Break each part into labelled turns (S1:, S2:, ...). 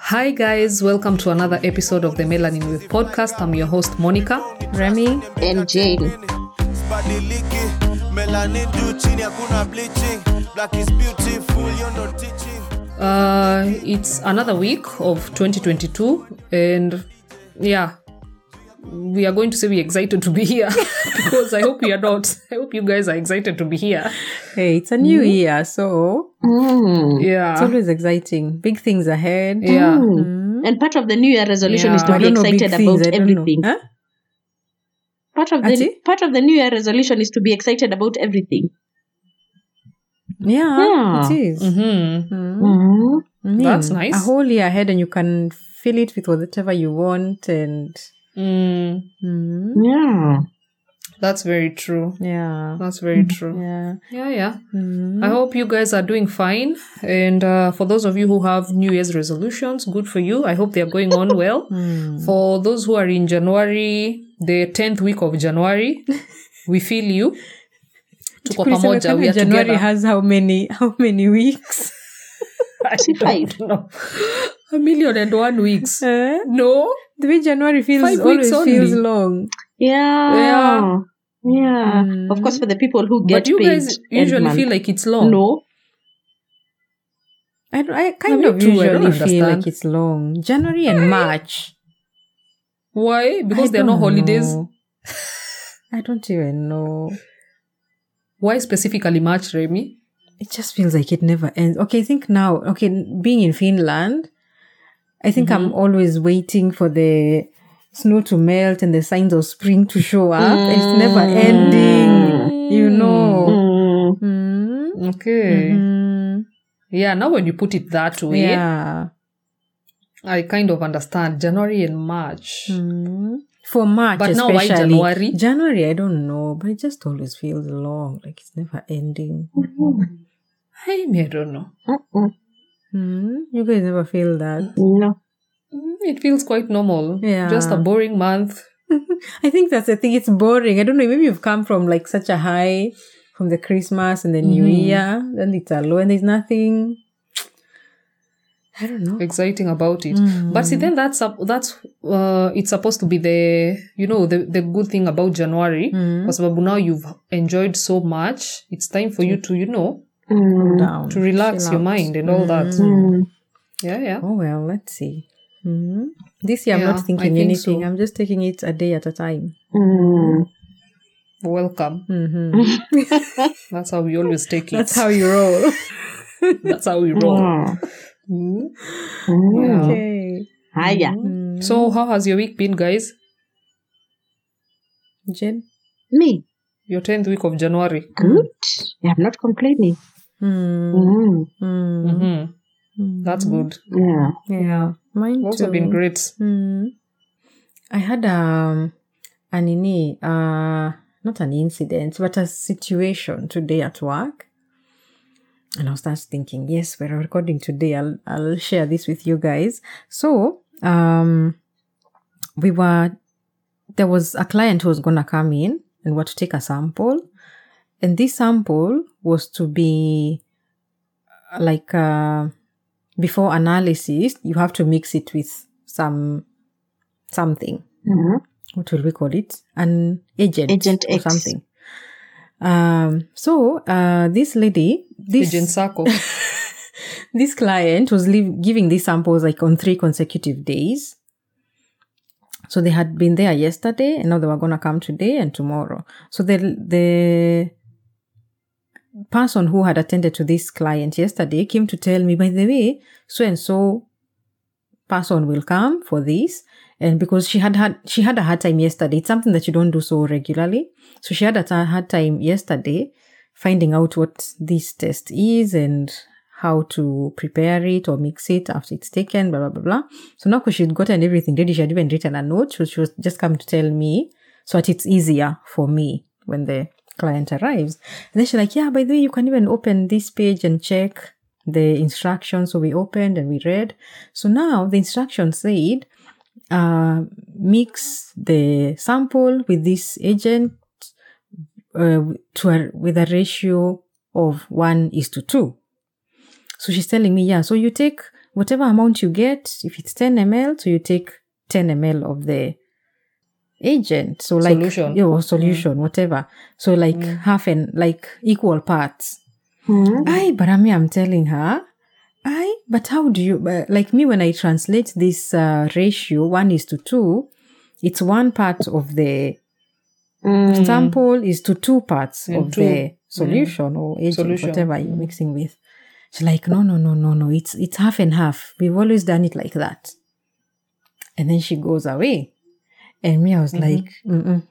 S1: Hi, guys, welcome to another episode of the Melanin Wave podcast. I'm your host, Monica.
S2: Remy,
S3: and Jane.
S4: sibadiliki melanin juu chini hakuna bleaching black is beautiful you're not teaching
S1: Uh, it's another week of 2022, and yeah, we are going to say we're excited to be here because I hope we are not. I hope you guys are excited to be here.
S2: hey, it's a new
S1: Hmm?
S2: year, so
S3: Mm.
S1: Yeah.
S2: it's always exciting. Big things ahead.
S1: yeah.
S2: Mm.
S3: And part of the New Year resolution
S1: Yeah.
S3: is to
S2: I
S3: be
S2: don't know big
S3: excited
S2: things. I
S3: about
S2: don't know.
S3: everything.
S2: Huh?
S3: Part of the
S2: Ati?
S3: part of the New Year resolution is to be excited about everything.
S2: Yeah,
S3: Yeah.
S2: it is.
S1: Mm-hmm.
S2: Mm.
S3: Mm.
S2: Mm.
S1: That's nice.
S2: A whole year ahead, and you can fill it with whatever you want, and
S1: Mm,
S2: mm.
S3: Yeah.
S1: that's very true.
S2: yeah,
S1: That's very true.
S2: yeah.
S1: Yeah, yeah.
S2: Mm.
S1: I hope you guys are doing fine. And uh, for those of you who have New Year's resolutions, good for you. I hope they are going on well.
S2: Mm.
S1: For those who are in January, the 10th week of January, we feel you. Tuko pamoja,
S2: Kulisemekana
S1: we are
S2: January
S1: together.
S2: has how many how many weeks?
S1: I
S3: See, five.
S1: don't know. A million and one weeks.
S2: Eh?
S1: No?
S2: the way January feels
S1: Five
S2: always
S1: weeks
S2: feels
S1: only.
S2: long.
S3: Yeah.
S1: Yeah.
S3: Yeah.
S2: Mm.
S3: Of course for the people who get
S1: But you
S3: paid
S1: guys
S3: every
S1: usually
S3: month.
S1: feel like it's long.
S3: No.
S2: I, don't- I kind
S1: me
S2: of
S1: too, I don't
S2: usually feel
S1: understand.
S2: like it's long. January and March.
S1: Why? Because
S2: I
S1: there are no
S2: don't
S1: holidays.
S2: know. I don't even know.
S1: Why specifically March, Remy?
S2: It just feels like it never ends. Okay, I think now, okay, being in Finland, I think
S1: Mm-hmm.
S2: I'm always waiting for the snow to melt and the signs of spring to show up. and It's never
S1: Mm.
S2: ending, you know.
S3: Mm.
S2: Mm.
S1: Okay.
S2: Mhm.
S1: Yeah, now when you put it that way,
S2: Yeah.
S1: I kind of understand January and March.
S2: Mm. For March,
S1: But now why
S2: especially.
S1: January?
S2: January, I don't know, but it just always feels long, like it's never ending.
S1: I, mean, I don't know.
S3: Mm-mm.
S2: Mm. You guys never feel that.
S3: No.
S1: Mm, It feels quite normal.
S2: Yeah.
S1: Just a boring month.
S2: I think that's the thing. It's boring. I don't know. Maybe you've come from like such a high from the Christmas and the New
S1: Mhm.
S2: Year, then it's a low, and there's nothing. I don't know.
S1: exciting about it.
S2: Mm.
S1: But see, then that's sup- that's uh, it's supposed to be the you know the the good thing about January.
S2: Mm.
S1: Because now you've enjoyed so much, it's time for you to you know
S2: Cool
S3: Mm.
S2: down,
S1: to relax
S2: chill
S1: your
S2: out.
S1: mind and all that.
S2: Mm.
S3: Mm.
S1: Yeah, yeah.
S2: Oh well, let's see. Mm. This year, I'm
S1: Yeah,
S2: not
S1: I
S2: thinking
S1: think
S2: anything.
S1: so.
S2: I'm just taking it a day at a time.
S3: Mm.
S1: Welcome.
S2: hmm
S1: That's how we always take it.
S2: That's how you roll.
S1: That's how we roll.
S3: Mm.
S1: Mm.
S3: Mm.
S1: Yeah.
S2: okay.
S3: Haya.
S2: Mm.
S1: So how has your week been, guys?
S2: Jen.
S3: Me.
S1: Your tenth week of January.
S3: Good. I'm not complaining.
S2: Mm.
S3: Mm.
S2: Mm.
S1: hmm That's
S2: Mm.
S1: good.
S3: Yeah.
S2: Yeah, mine
S1: Also
S2: too.
S1: been great.
S2: Mm. I had um, an ini, uh, not an incident, but a situation today at work. And I was just thinking, yes, we're recording today. I'll, I'll share this with you guys. So, um, we were, there was a client who was going to come in and were to take a sample. And this sample was to be uh, like, uh, before analysis, you have to mix it with some something.
S3: Mm.
S2: What will we call it? An agent,
S3: Agent
S2: or
S3: X.
S2: something. Um, so uh, this lady, this
S1: Agent Sako. Mm-hmm.
S2: this client was leave, giving these samples like on three consecutive days. So they had been there yesterday, and now they were gonna come today and tomorrow. So the the person who had attended to this client yesterday came to tell me, by the way, so and so person will come for this, and because she had had she had a hard time yesterday. It's something that you don't do so regularly. So she had a ta- hard time yesterday finding out what this test is and how to prepare it or mix it after it's taken, blah, blah, blah, blah. So now 'cause she'd gotten everything ready, she had even written a note, so she was just come to tell me so that it's easier for me when the client arrives. And then she's like, yeah, by the way, you can even open this page and check the instructions. So we opened and we read. So now the instructions said, uh, mix the sample with this agent uh, to a, with a ratio of one is to two. So she's telling me, yeah, so you take whatever amount you get, if it's 10 ml, so you take 10 ml of the agent. So like
S1: Solution.
S2: Yo, solution, whatever. So like half and like equal parts.
S3: Mm.
S2: Aye, but I mean, I'm telling her, aye, but how do you, but like me, when I translate this uh, ratio, one is to two, it's one part of the
S3: Mm.
S2: sample is to two parts
S1: And
S2: of
S1: two. Mm.
S2: the solution or agent,
S1: Solution.
S2: whatever you're mixing with. She's like, no, no, no, no, no, it's, it's half and half. We've always done it like that. And then she goes away. And me, I
S1: Mm-hmm.
S2: was like, Mm-mm.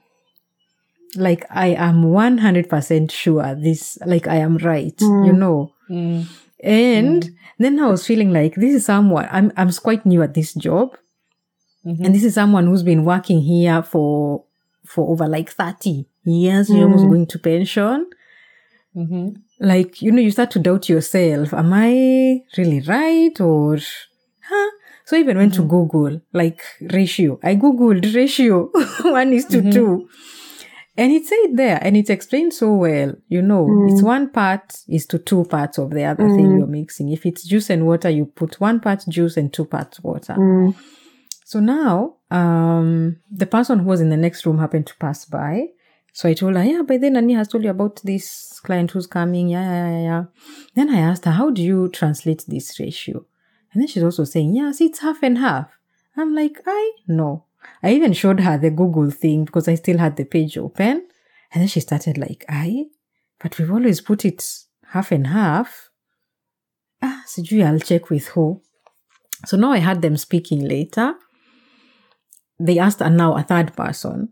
S2: like, I am 100% sure this, like, I am right, you know.
S1: Mm.
S2: And then I was feeling like this is someone I'm I'm quite new at this job.
S1: Mhm.
S2: And this is someone who's been working here for for over like 30 years. You're almost
S3: Mhm.
S2: going to pension.
S1: Mhm.
S2: Like, you know, you start to doubt yourself. Am I really right? Or huh? So I even went to Google, like ratio. I Googled ratio one is to
S1: Mhm.
S2: two. And it said there, and it's explained so well. You know, it's one part is to two parts of the other thing
S3: Mm.
S2: you're mixing. If it's juice and water, you put one part juice and two parts water.
S3: Mm.
S2: So now, um, the person who was in the next room happened to pass by. So I told her, yeah, by then Nani has told you about this client who's coming. Yeah, yeah, yeah, yeah. Then I asked her, how do you translate this ratio? And then she's also saying, yeah, see, it's half and half. I'm like, I no. I even showed her the Google thing because I still had the page open. And then she started like, I, but we've always put it half and half. Ah, sijui, I'll check with who. So now I had them speaking later. They asked and now a third person.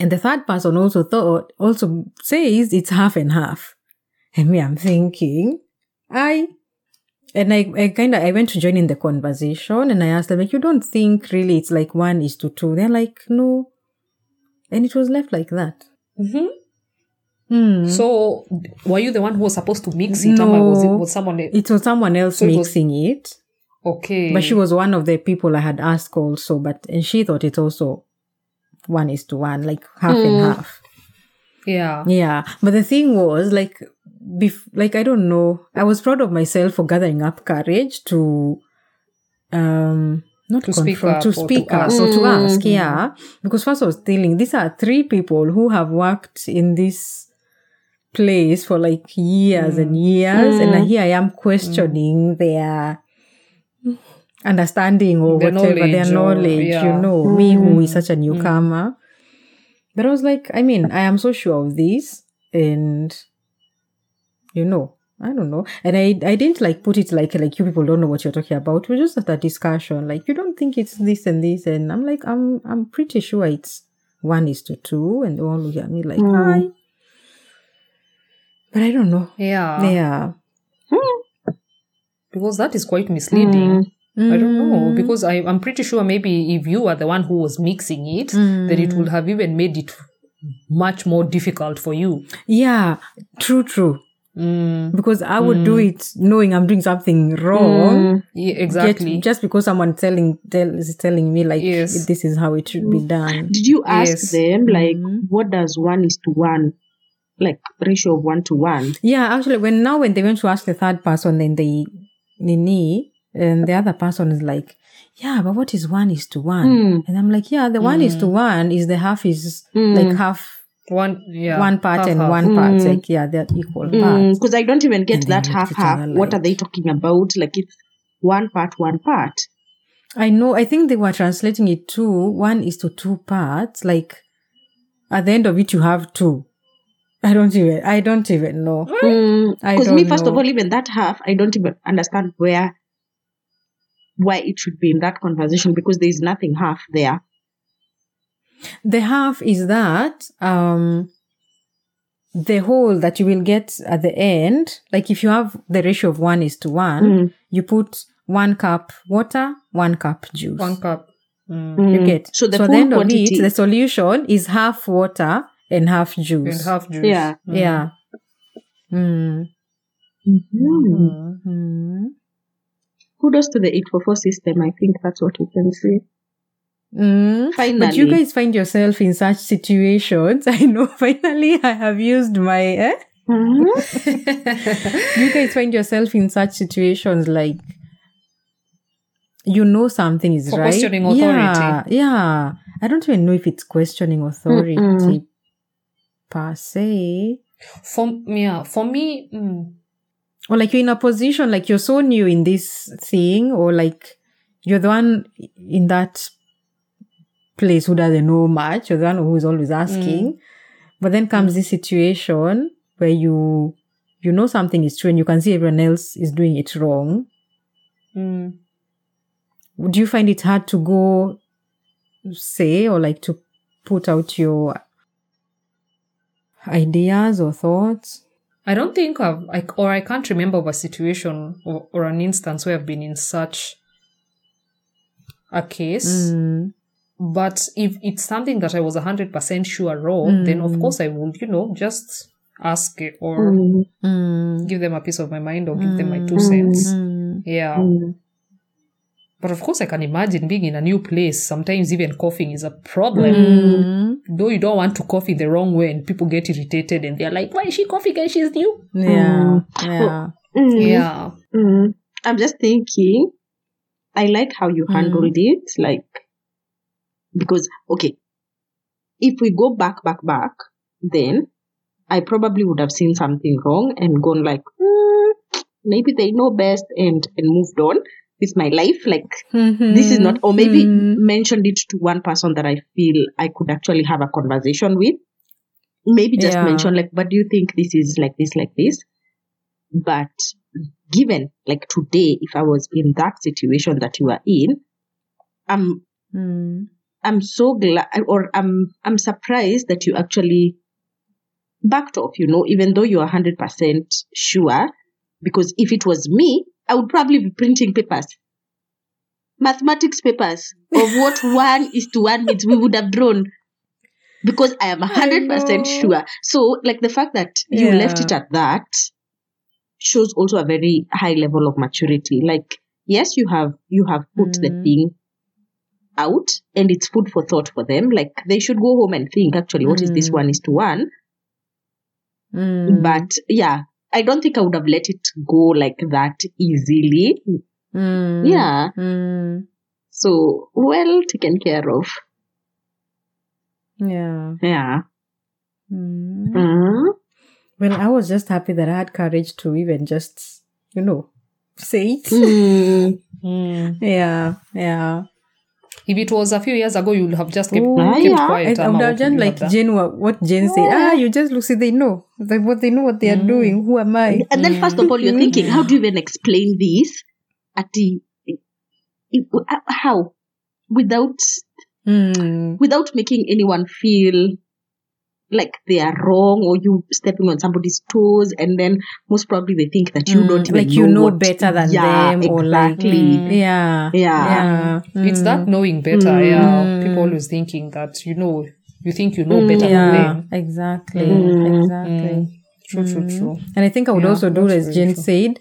S2: And the third person also thought, also says it's half and half. And me, I'm thinking, I. And I, I kind of, I went to join in the conversation and I asked them, like, you don't think really it's like one is to two? They're like, no. And it was left like that.
S1: Mhm.
S2: Mm-hmm. Hmm.
S1: so were you the one who was supposed to mix it or
S2: No.
S1: was it was someone else?
S2: it was someone else
S1: So it was- Mm.
S2: mixing it.
S1: okay
S2: But she was one of the people I had asked also, but and she thought it's also one is to one, like half and
S1: Mm.
S2: half.
S1: yeah
S2: Yeah. But the thing was, like, bef- like I don't know, I was proud of myself for gathering up courage to, um, not
S1: To speak
S2: confront-
S1: up
S2: to
S1: or to
S2: speak up
S1: ask. Mm-hmm.
S2: or to
S3: Mm.
S2: ask. Yeah, because first I was telling these are three people who have worked in this place for like years and years, and
S3: Mm.
S2: here I am
S1: Mm.
S2: questioning their understanding or
S1: Their
S2: whatever their
S1: knowledge or-
S2: knowledge,
S1: yeah.
S2: you know, Oh, me who
S1: Mm.
S2: is such a newcomer. But I was like, I mean, I am so sure of this, and you know, I don't know. And I, I didn't like put it like like you people don't know what you're talking about. We just had a discussion, like you don't think it's this and this, and I'm like, I'm I'm pretty sure it's one is to two, and they all look at me like
S3: Mm.
S2: hi. But I don't know.
S1: yeah
S2: Yeah,
S1: because that is quite misleading
S2: Mm,
S1: I don't know because I, I'm pretty sure maybe if you are the one who was mixing it, then
S2: Mm.
S1: it would have even made it much more difficult for you.
S2: yeah, true, true.
S1: Mm,
S2: Because I would do it knowing I'm doing something wrong.
S1: yeah,
S2: Yet
S1: exactly.
S2: just because someone telling tell, is telling me like
S1: Yes. Mm.
S2: this is how it should be done.
S3: Did you ask
S1: Yes.
S3: them like
S2: Mhm.
S3: what does one is to one, like ratio of one to one?
S2: Yeah, actually, when now when they went to ask the third person, then they Nini and the other person is like, yeah, but what is one is to one?
S3: Mm.
S2: And I'm like, yeah, the one is to
S1: Mm.
S2: one is the half is
S3: Mm.
S2: like half
S1: one, yeah,
S2: one part
S1: half,
S2: and
S1: half.
S2: one part.
S3: Mm.
S2: Like yeah, they're equal
S1: Mm.
S2: parts.
S3: Because I don't even
S2: And
S3: get
S2: they
S3: that
S2: looked
S3: half
S2: at
S3: half.
S2: her
S3: What
S2: like-
S3: are they talking about? Like it's one part, one part.
S2: I know. I think they were translating it to one is to two parts. Like at the end of it, you have two. I don't even. I don't even know. Mm, I
S3: Because me,
S2: don't
S3: first of
S2: know.
S3: all, even that half, I don't even understand where why it should be in that conversation because there is nothing half there.
S2: The half is that um, the whole that you will get at the end, like if you have the ratio of one is to one,
S3: Mm.
S2: you put one cup water, one cup juice.
S1: One cup. Mm,
S2: You
S3: Mm.
S2: get.
S3: So the
S2: at
S3: full
S2: end
S3: quantity-
S2: of it, the solution is half water and half juice.
S1: And half juice.
S3: Yeah.
S1: Mm.
S2: Yeah. Mm.
S3: Mhm.
S1: Mm.
S2: Mm.
S3: Kudos to the 844 system. I think that's what we can see.
S2: Mm.
S3: Finally.
S2: But you guys find yourself in such situations. I know finally I have used my eh?
S3: Mhm.
S1: Mm-hmm.
S2: you guys find yourself in such situations like you know something is
S1: For
S2: right.
S1: questioning
S2: Yeah, yeah. I don't even know if it's questioning authority
S3: Mm-mm.
S2: per se.
S1: For yeah, for me, mm,
S2: Or like you're in a position like you're so new in this thing, or like you're the one in that place who doesn't know much, you're the one who's always asking. But then comes this situation where you you know something is true and you can see everyone else is doing it wrong.
S1: mm,
S2: do you find it hard to go say or like to put out your ideas or thoughts
S1: I don't think I've I, or I can't remember of a situation or, or an instance where I've been in such a case.
S2: mm.
S1: But if it's something that I was 100% sure of, then of course I would, you know, just ask it or
S3: Mm,
S2: Mm.
S1: give them a piece of my mind or give them my two
S2: Mm.
S1: cents.
S2: Mm.
S1: Yeah.
S3: mm,
S1: But of course, I can imagine being in a new place. Sometimes even coughing is a problem.
S2: Mm.
S1: Though you don't want to cough in the wrong way and people get irritated and they're like, why is she coughing and she's new?
S2: yeah
S3: Mm.
S2: yeah
S3: mm,
S1: Yeah.
S3: mm. I'm just thinking, I like how you handled it. Like, because, okay, if we go back, back, back, then I probably would have seen something wrong and gone like, "Hmm, maybe they know best and, and moved on with my life. Like,
S2: oh, mm-hmm,
S3: this is not or maybe
S2: Mhm.
S3: mentioned it to one person that i feel i could actually have a conversation with maybe just
S2: Yeah.
S3: mention like but do you think this is like this like this but given like today if i was in that situation that you are in i'm
S2: Mm.
S3: i'm so glad or i'm i'm surprised that you actually backed off you know even though you're 100% sure because if it was me i would probably be printing papers mathematics papers of what one is to one means we would have drawn because i am 100%
S2: know.
S3: sure so like the fact that you left
S2: Yeah.
S3: it at that shows also a very high level of maturity like yes you have you have put the
S2: Mm.
S3: thing out and it's food for thought for them like they should go home and think actually what is this
S2: Mm.
S3: one is to one
S2: Mm.
S3: but yeah i don't think i would have let it go like that easily
S2: Mm.
S3: yeah
S2: Mm.
S3: so well taken care of
S2: yeah
S3: yeah
S2: Mm.
S3: mm.
S2: well i was just happy that i had courage to even just you know say it
S3: Mm.
S1: Mm.
S2: yeah yeah
S1: If it was a few years ago, you would have just kept,
S2: Ooh.
S1: kept
S3: Yeah.
S1: quiet.
S2: And I
S1: ama
S2: would have
S1: what
S2: done
S1: you
S2: like
S1: done.
S2: Jane, what, what Jane said.
S3: Yeah.
S2: Ah, you just look, see, they know. They, what they know what they are
S1: Mm.
S2: doing. Who am I?
S3: and then first of all you're
S2: Mhm.
S3: thinking how do you even explain this at the how without
S2: Mm.
S3: without making anyone feel like they are wrong or you stepping on somebody's toes and then most probably they think that you
S2: Mm,
S3: don't even
S2: like you know
S3: what-
S2: better than
S3: yeah,
S2: them
S3: exactly.
S2: or like- Yeah.
S3: yeah
S2: Yeah.
S1: It's
S2: Mm.
S1: that knowing better.
S3: Mm.
S1: Yeah. People always thinking that, you know, you think you know
S3: Mm.
S1: better
S2: Yeah.
S1: than
S2: Exactly.
S3: Mm.
S1: them.
S2: Exactly.
S1: Mm. True, true,
S2: Mm.
S1: true.
S2: And I think I would
S1: Yeah,
S2: also do
S1: that's
S2: as
S1: very
S2: Jane
S1: true.
S2: said.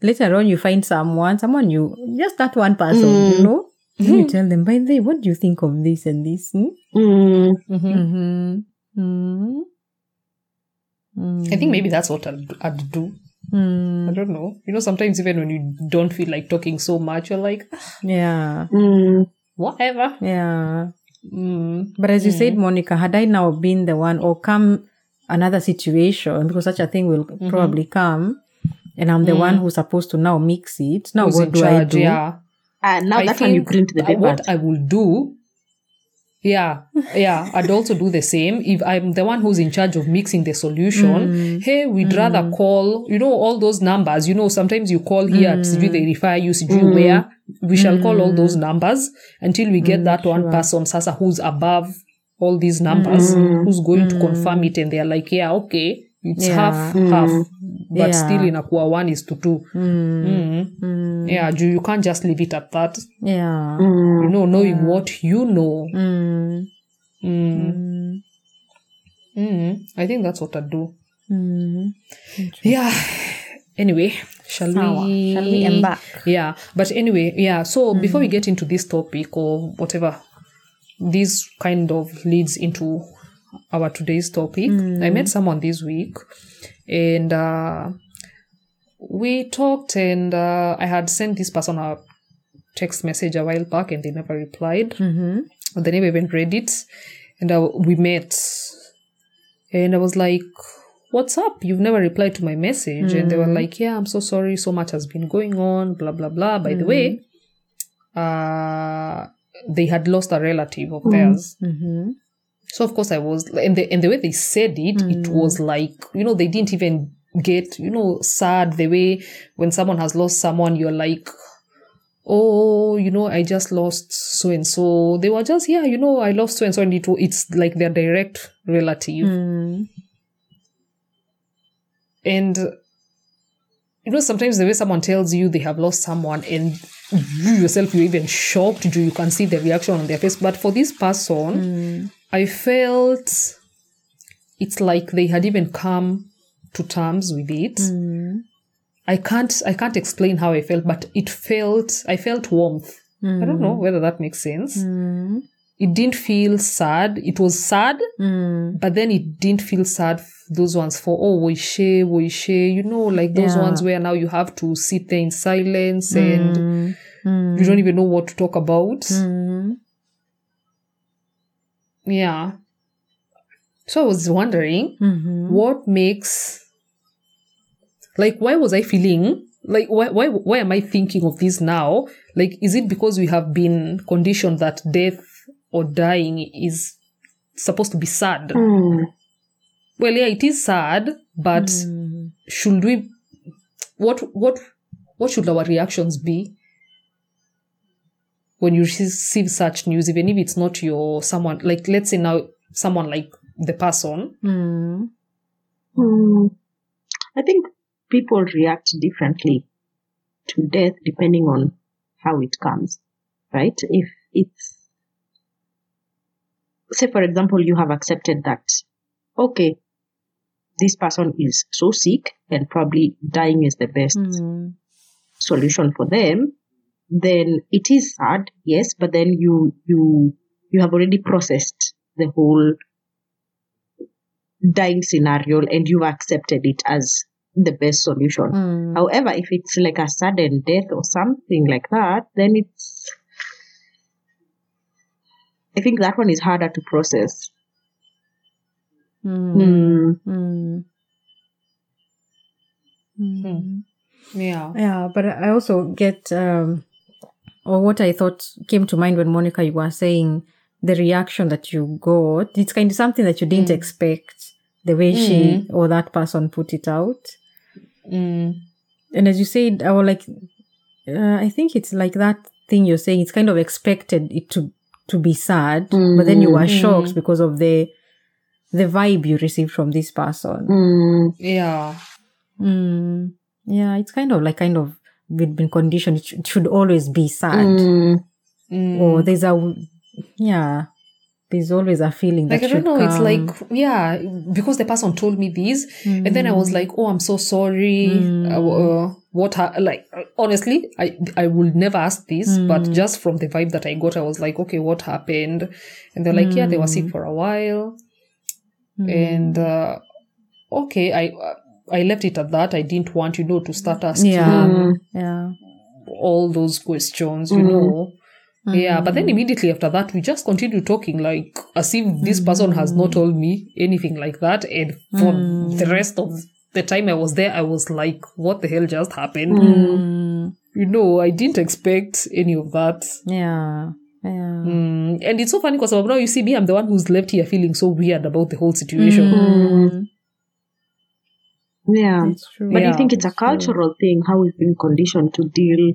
S2: Later on, you find someone, someone you just that one person,
S3: Mm.
S2: you know. Then
S1: Mm-hmm.
S2: you tell them, by the way, what do you think of this and this? Hmm?
S3: Mm.
S1: hmm
S2: Mm-hmm. Mm. Mm.
S1: I think maybe that's what I'd, I'd do. I
S2: Mm.
S1: don't know. You know, sometimes even when you don't feel like talking so much, you're like,
S2: Yeah.
S3: Mm.
S1: whatever.
S2: Yeah.
S1: Mm.
S2: But as you said, Monica, had I now been the one or come another situation, because such a thing will
S1: Mm-hmm.
S2: probably come, and I'm the one who's supposed to now mix it, now
S1: Mm. Who's
S2: what
S1: in
S2: do I
S1: charge?
S2: do?
S1: Yeah.
S3: and Ah, now
S1: I
S3: that one you
S1: think
S3: print the
S1: I-
S3: paper
S1: what I will do, yeah, yeah, I'd also do the same. If I'm the one who's in charge of mixing the solution, hey, we'd rather call, you know, all those numbers. You know, sometimes you call here, at CG they refer you, CG where. We shall call all those numbers until we get that one person, Sasa, who's above all these numbers, who's going to confirm it. And they're like, yeah, okay, it's
S2: Yeah.
S1: half, half, but
S2: Yeah.
S1: still in a core one is to two. Mm. Yeah, you, you can't just leave it at that
S2: Yeah.
S3: Mm.
S1: you know, knowing what you know.
S2: Mm.
S1: Mm.
S2: Mm.
S1: Mm. I think that's what I do.
S2: Mm.
S1: Yeah. Anyway, shall
S2: Sawa.
S1: we? Mm.
S2: Shall we embark?
S1: Yeah. But anyway, yeah. So before we get into this topic or whatever, this kind of leads into our today's topic. I met someone this week, and uh, we talked, and uh, I had sent this person a text message a while back and they never replied
S2: Mm-hmm.
S1: or they never even read it. And I, we met. And I was like, What's up? You've never replied to my message. And they were like, Yeah, I'm so sorry. So much has been going on, blah, blah, blah. By the way, uh, they had lost a relative of theirs.
S2: Mm-hmm.
S1: So, of course, I was, and the, and the way they said it, it was like, you know, they didn't even get, you know, sad the way when someone has lost someone, you're like, oh, you know, I just lost so and so. They were just, yeah, you know, I lost so and so, and it wa- it's like their direct relative.
S2: Mm.
S1: And you know, sometimes the way someone tells you they have lost someone, and you yourself you're even shocked. You you can see the reaction on their face. But for this
S2: Mm.
S1: person, I felt it's like they had even come to terms with it.
S2: Mm. Mm-hmm.
S1: I can't I can't explain how I felt, but it felt I felt warmth. I don't know whether that makes sense.
S2: Mm.
S1: It didn't feel sad. It was sad,
S2: Mm-hmm.
S1: but then it didn't feel sad. f- Those ones for oh woishe woishe, you know, like those
S2: Yeah.
S1: ones where now you have to sit there in silence
S2: Mm.
S1: and
S2: Mm-hmm.
S1: you don't even know what to talk about. Yeah. So I was wondering what makes like why was I feeling like why why why am I thinking of this now? Like is it because we have been conditioned that death or dying is supposed to be sad?
S3: Mm.
S1: Well, yeah, it is sad, but
S2: Mm. Mm-hmm.
S1: should we what what what should our reactions be when you receive such news even if it's not your someone like let's say now someone like the person
S3: Mm. I think people react differently to death depending on how it comes, right? If it's, say, for example, you have accepted that, okay, this person is so sick and probably dying is the best
S2: Hmm. Mm-hmm.
S3: solution for them, then it is sad, yes, but then you you you have already processed the whole dying scenario and you've accepted it as the best solution.
S2: Mm. Mm-hmm.
S3: However, if it's like a sudden death or something like that, then it's I think that one is harder to process.
S2: Mm-hmm.
S3: Mm.
S1: yeah
S2: Yeah, but I also get, um, or what I thought came to mind when Monica, you were saying the reaction that you got. It's kind of something that you didn't expect, the way she or that person put it out.
S1: mm.
S2: And as you said, I was like, uh, I think it's like that thing you're saying. It's kind of expected it to to be sad, but then you were shocked because of the the vibe you received from this person.
S3: Mm.
S1: yeah
S2: Mm. Yeah, it's kind of like kind of we've been conditioned. It, sh- it should always be sad,
S3: Mm.
S1: Mm.
S2: or there's a yeah, there's always a feeling that
S1: like i don't
S2: should
S1: know it's
S2: come. Mm.
S1: like yeah because the person told me this and then i was like oh i'm so sorry uh, uh, what ha- like uh, honestly i i would never ask this but
S2: Mm.
S1: just from the vibe that i got i was like okay what happened and they're like yeah they were sick
S2: Mm.
S1: for a while
S2: Hmm.
S1: and uh, okay i uh, i left it at that i didn't want you know to start asking
S3: Mm.
S2: yeah, Mm-hmm. yeah,
S1: all those questions, you know. Yeah, but then immediately after that, we just continue talking like as if this person has not told me anything like that. And for the rest of the time I was there, I was like, what the hell just happened?
S2: Hmm.
S1: You know, I didn't expect any of that.
S2: yeah, yeah.
S1: Mm, And it's so funny because now you see me, I'm the one who's left here feeling so weird about the whole situation.
S2: Mm.
S3: Hmm. Yeah.
S2: It's true.
S3: But
S1: Yeah,
S3: you think it's a
S2: true.
S3: cultural thing how we've been conditioned to deal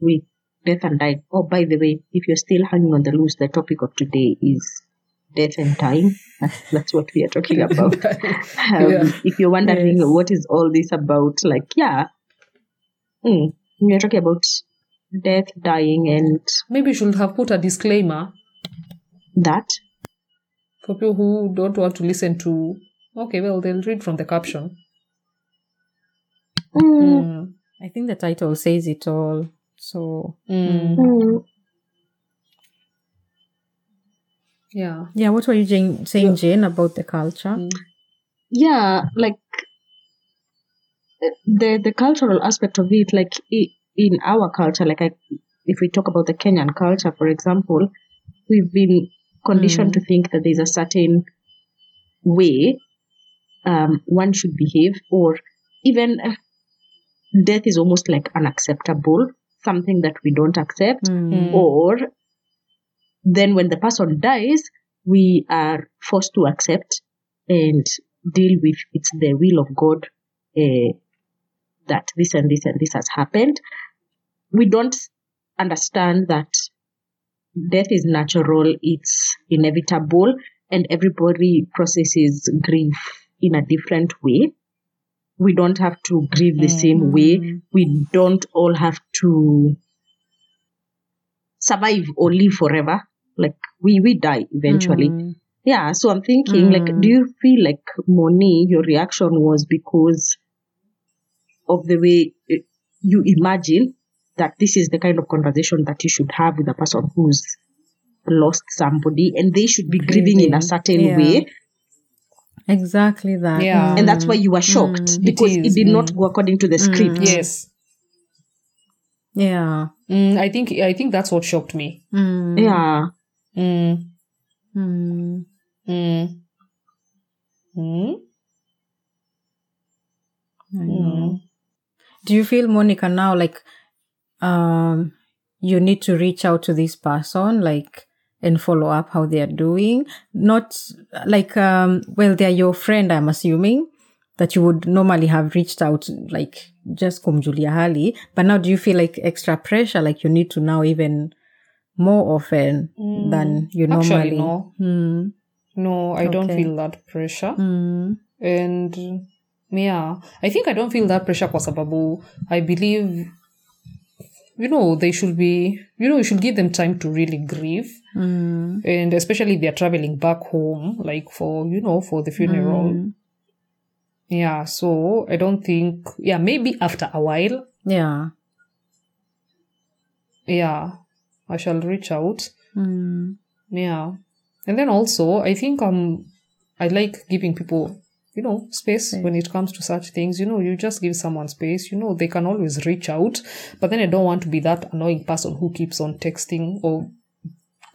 S3: with death and dying. Oh, by the way, if you're still hanging on the loose, the topic of today is death and dying. That's, that's what we are talking about. Um,
S1: Yeah.
S3: If you're wondering
S2: Yes.
S3: what is all this about, like, yeah, mm, we're talking about death, dying, and
S1: Maybe you should have put a disclaimer
S3: that.
S1: for people who don't want to listen to. Okay, well, they'll read from the caption.
S3: Mm,
S1: Mm.
S2: I think the title says it all. So
S1: Mm,
S3: mm.
S1: yeah.
S2: yeah, what were you Jane, saying, Jane, about the culture?
S3: yeah like the the cultural aspect of it like i in our culture like i if we talk about the Kenyan culture, for example, we've been conditioned to think that there's a certain way um, one should behave, or even uh, death is almost like unacceptable, something that we don't accept,
S2: Hmm.
S1: Mm.
S3: or then when the person dies, we are forced to accept and deal with it's the will of God uh, that this and this and this has happened. We don't understand that death is natural, it's inevitable, and everybody processes grief in a different way. We don't have to grieve the same way. We don't all have to survive or live forever. Like we, we die eventually.
S1: Mm.
S2: Hmm.
S3: Yeah, so I'm thinking, like, do you feel like Moni, your reaction was because of the way eh, you imagine that this is the kind of conversation that you should have with a person who's lost somebody and they should be grieving in a
S2: Grieving,
S3: certain
S2: yeah.
S3: way
S2: Exactly that. Hmm.
S1: Yeah.
S3: and that's why you were shocked
S1: Mm, it
S3: because it,
S1: is,
S3: did not
S1: mm.
S3: go according to the script
S1: Yes.
S2: Yeah.
S1: Mm, I think I think that's what shocked me.
S2: Mm.
S3: yeah
S1: Mm,
S2: Mm.
S1: mm, mm,
S2: I know.
S1: mm.
S2: Do you feel Monica now like um you need to reach out to this person like and follow up how they are doing? Not like um well they're your friend I'm assuming that you would normally have reached out like just kumjulia hali but now do you feel like extra pressure like you need to now even more often than you normally
S1: Mm, Actually, no.
S2: Hmm.
S1: No, I don't
S2: Okay.
S1: feel that pressure.
S2: Mm.
S1: and yeah i think i don't feel that pressure kwa sababu i believe you know they should be you know you should give them time to really grieve
S2: Mm.
S1: and especially if they're traveling back home like for you know for the funeral
S2: Mm.
S1: yeah so i don't think yeah maybe after a while
S2: Yeah.
S1: yeah i shall reach out
S2: Mm.
S1: yeah and then also i think um i like giving people you know space when it comes to such things you know you just give someone space you know they can always reach out but then i don't want to be that annoying person who keeps on texting or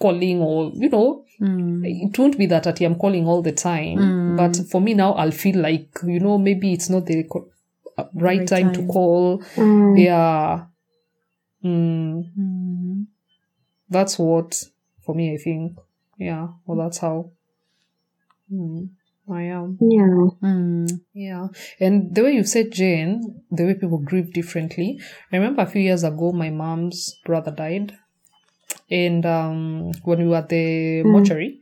S1: calling or you know
S2: Mm.
S1: it won't be that at i'm calling all the time
S2: Mm.
S1: but for me now i'll feel like you know maybe it's not the co- uh, right,
S2: Right
S1: time,
S2: time.
S1: to call
S3: Mm.
S1: yeah mm,
S2: Mm.
S1: that's what for me i think yeah well that's how mm, i am
S3: yeah
S2: Mm.
S1: yeah and the way you said jane the way people grieve differently i remember a few years ago my mom's brother died and um when we were at the
S3: Mm.
S1: mortuary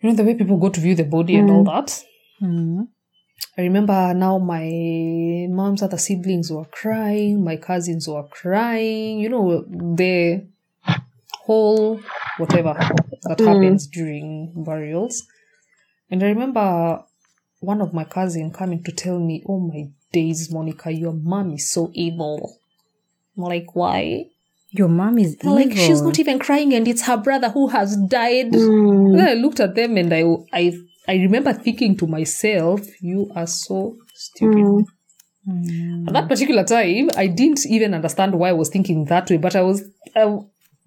S1: you know the way people go to view the body and all that
S2: Mm.
S1: I remember now my mom's other siblings were crying, my cousins were crying, you know, the whole whatever that
S3: Mm.
S1: happens during burials. And I remember one of my cousin coming to tell me, Oh my days, Monica, your mom is so evil. I'm like, why?
S2: Your mom is evil.
S1: Like, she's not even crying, and it's her brother who has died.
S3: Mm.
S1: And then I looked at them and I, I, I remember thinking to myself, you are so stupid. At that particular time, I didn't even understand why I was thinking that way, but I was, I,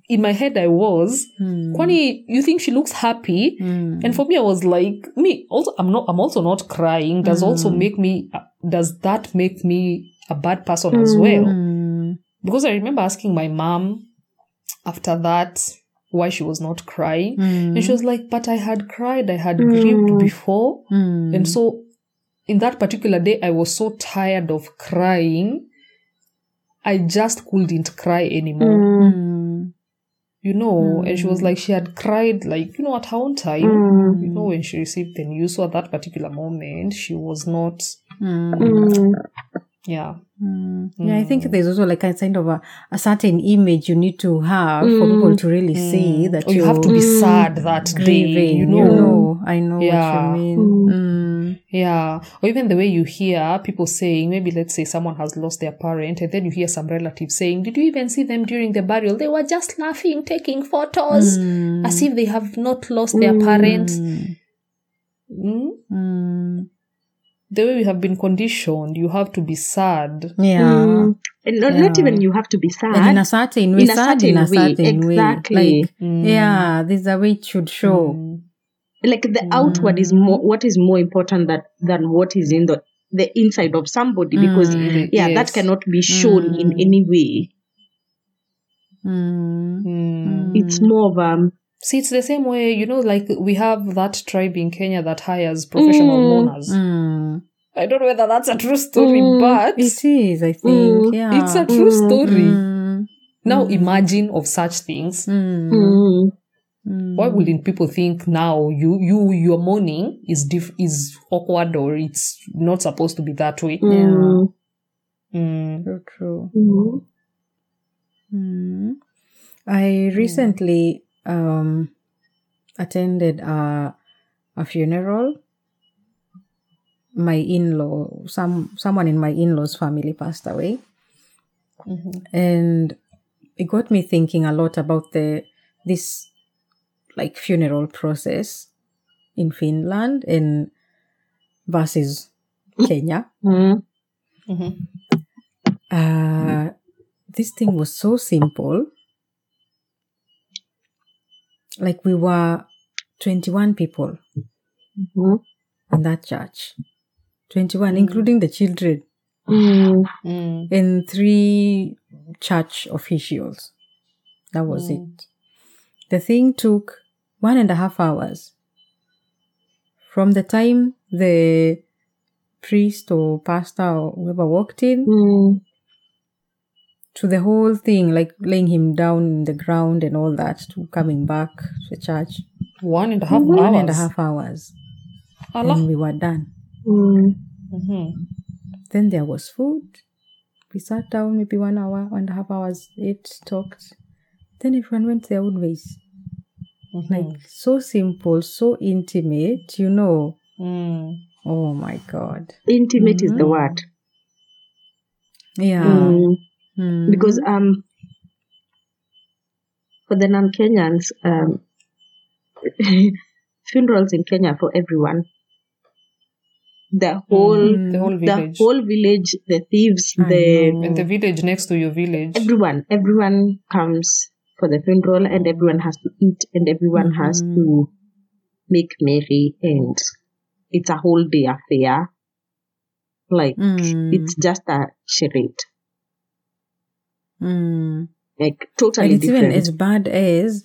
S1: in my head, I was, Kwani, you think she looks happy?
S2: Mm.
S1: And for me, I was like, me also, I'm not, I'm also not crying. Does also make me, uh, does that make me a bad person as well?
S2: Mm.
S1: Because I remember asking my mom after that why she was not crying. And she was like, But I had cried, I had grieved before.
S2: Mm.
S1: And so, in that particular day, I was so tired of crying. I just couldn't cry anymore,
S2: Mm.
S1: you know. And she was like, She had cried, like, you know, at her own time,
S2: Mm.
S3: mm,
S1: you
S2: Oh,
S1: know, when she received the news. So, at that particular moment, she was not,
S2: Mm.
S1: yeah.
S2: Mm. Yeah, I think there's also like a kind of a, a certain image you need to have for people to really see that
S1: Or Mm-hmm. Oh, you have to be
S3: Mm.
S1: sad that day,
S2: grieving.
S1: you know.
S2: you know, I know
S1: Yeah.
S2: what you Mm-hmm. mean.
S1: Yeah, or even the way you hear people saying, maybe let's say someone has lost their parent, and then you hear some relative saying, Did you even see them during the burial? They were just laughing, taking photos,
S2: Mm.
S1: as if they have not lost their parent.
S2: Mm.
S1: Mm?
S2: Mm.
S1: The way we have been conditioned, you have to be sad.
S2: Yeah.
S3: Mm. and not, not
S2: Yeah.
S3: even you have to be sad.
S2: And in a certain way,
S3: In a
S2: sad
S3: certain
S2: in a
S3: way,
S2: certain way.
S3: exactly.
S2: Like,
S1: Mm.
S2: yeah, this is the way it should show.
S1: Mm.
S3: like the
S2: Mm.
S3: outward is more what is more important that than what is in the the inside of somebody because
S1: Mm,
S3: yeah
S1: yes.
S3: that cannot be shown in
S2: Mm.
S3: any way
S2: Mm.
S1: Mm.
S3: it's more of um
S1: See, it's the same way, you know, like we have that tribe in Kenya that hires professional
S3: Mm.
S1: mourners.
S2: Mm.
S1: I don't know whether that's a true story,
S3: Mm.
S1: but
S2: It is, I think.
S3: Mm.
S2: Yeah.
S1: it's a true
S3: Mm.
S1: story.
S2: Mm.
S1: Now
S2: Mm.
S1: imagine of such things.
S2: Mm.
S3: mm,
S2: Mm.
S1: Why wouldn't people think now you you your mourning is diff- is awkward or it's not supposed to be that way?
S2: Hmm.
S3: mm,
S1: Mm.
S2: True, true.
S3: mm,
S2: Mm. I recently um, attended a, a funeral. My in law, some someone in my in law's family passed away,
S1: Mhm.
S2: and it got me thinking a lot about the this like funeral process in Finland and versus Kenya.
S3: mm,
S1: Mhm.
S2: Uh, this thing was so simple. Like we were 21 people
S3: mm,
S2: in that church. 21, including the children
S3: mm,
S1: Mm.
S2: and three church officials. That was
S1: Mm.
S2: it. The thing took one and a half hours. From the time the priest or pastor or whoever walked in,
S1: Hmm.
S3: mm,
S2: to the whole thing, like laying him down in the ground and all that, to coming back to the church.
S1: One and a half hours.
S2: One and a half hours. And
S1: Allah.
S2: we were done.
S3: mm,
S2: Hmm.
S1: Mhm.
S2: Then there was food. We sat down maybe one hour, one and a half hours, ate, talked. Then everyone went their own ways.
S1: Mhm.
S2: Like
S3: Mm.
S2: so simple, so intimate, you know.
S1: Mm.
S2: Oh my God.
S3: intimate is the
S2: Mhm.
S3: word
S2: Yeah.
S3: mm,
S2: Mm.
S3: because um for the non-kenyans um funerals in kenya for everyone the whole
S1: Mm. the whole
S3: the
S1: village
S3: whole village the thieves
S2: Mm-hmm. I
S3: the
S2: know.
S1: and the village next to your village.
S3: everyone everyone comes for the funeral and everyone has to eat and everyone has
S2: Mhm.
S3: to make merry and it's a whole day affair like
S2: Mm.
S3: it's just a charade
S2: Mm.
S3: like totally
S2: and it's
S3: different
S2: even as bad as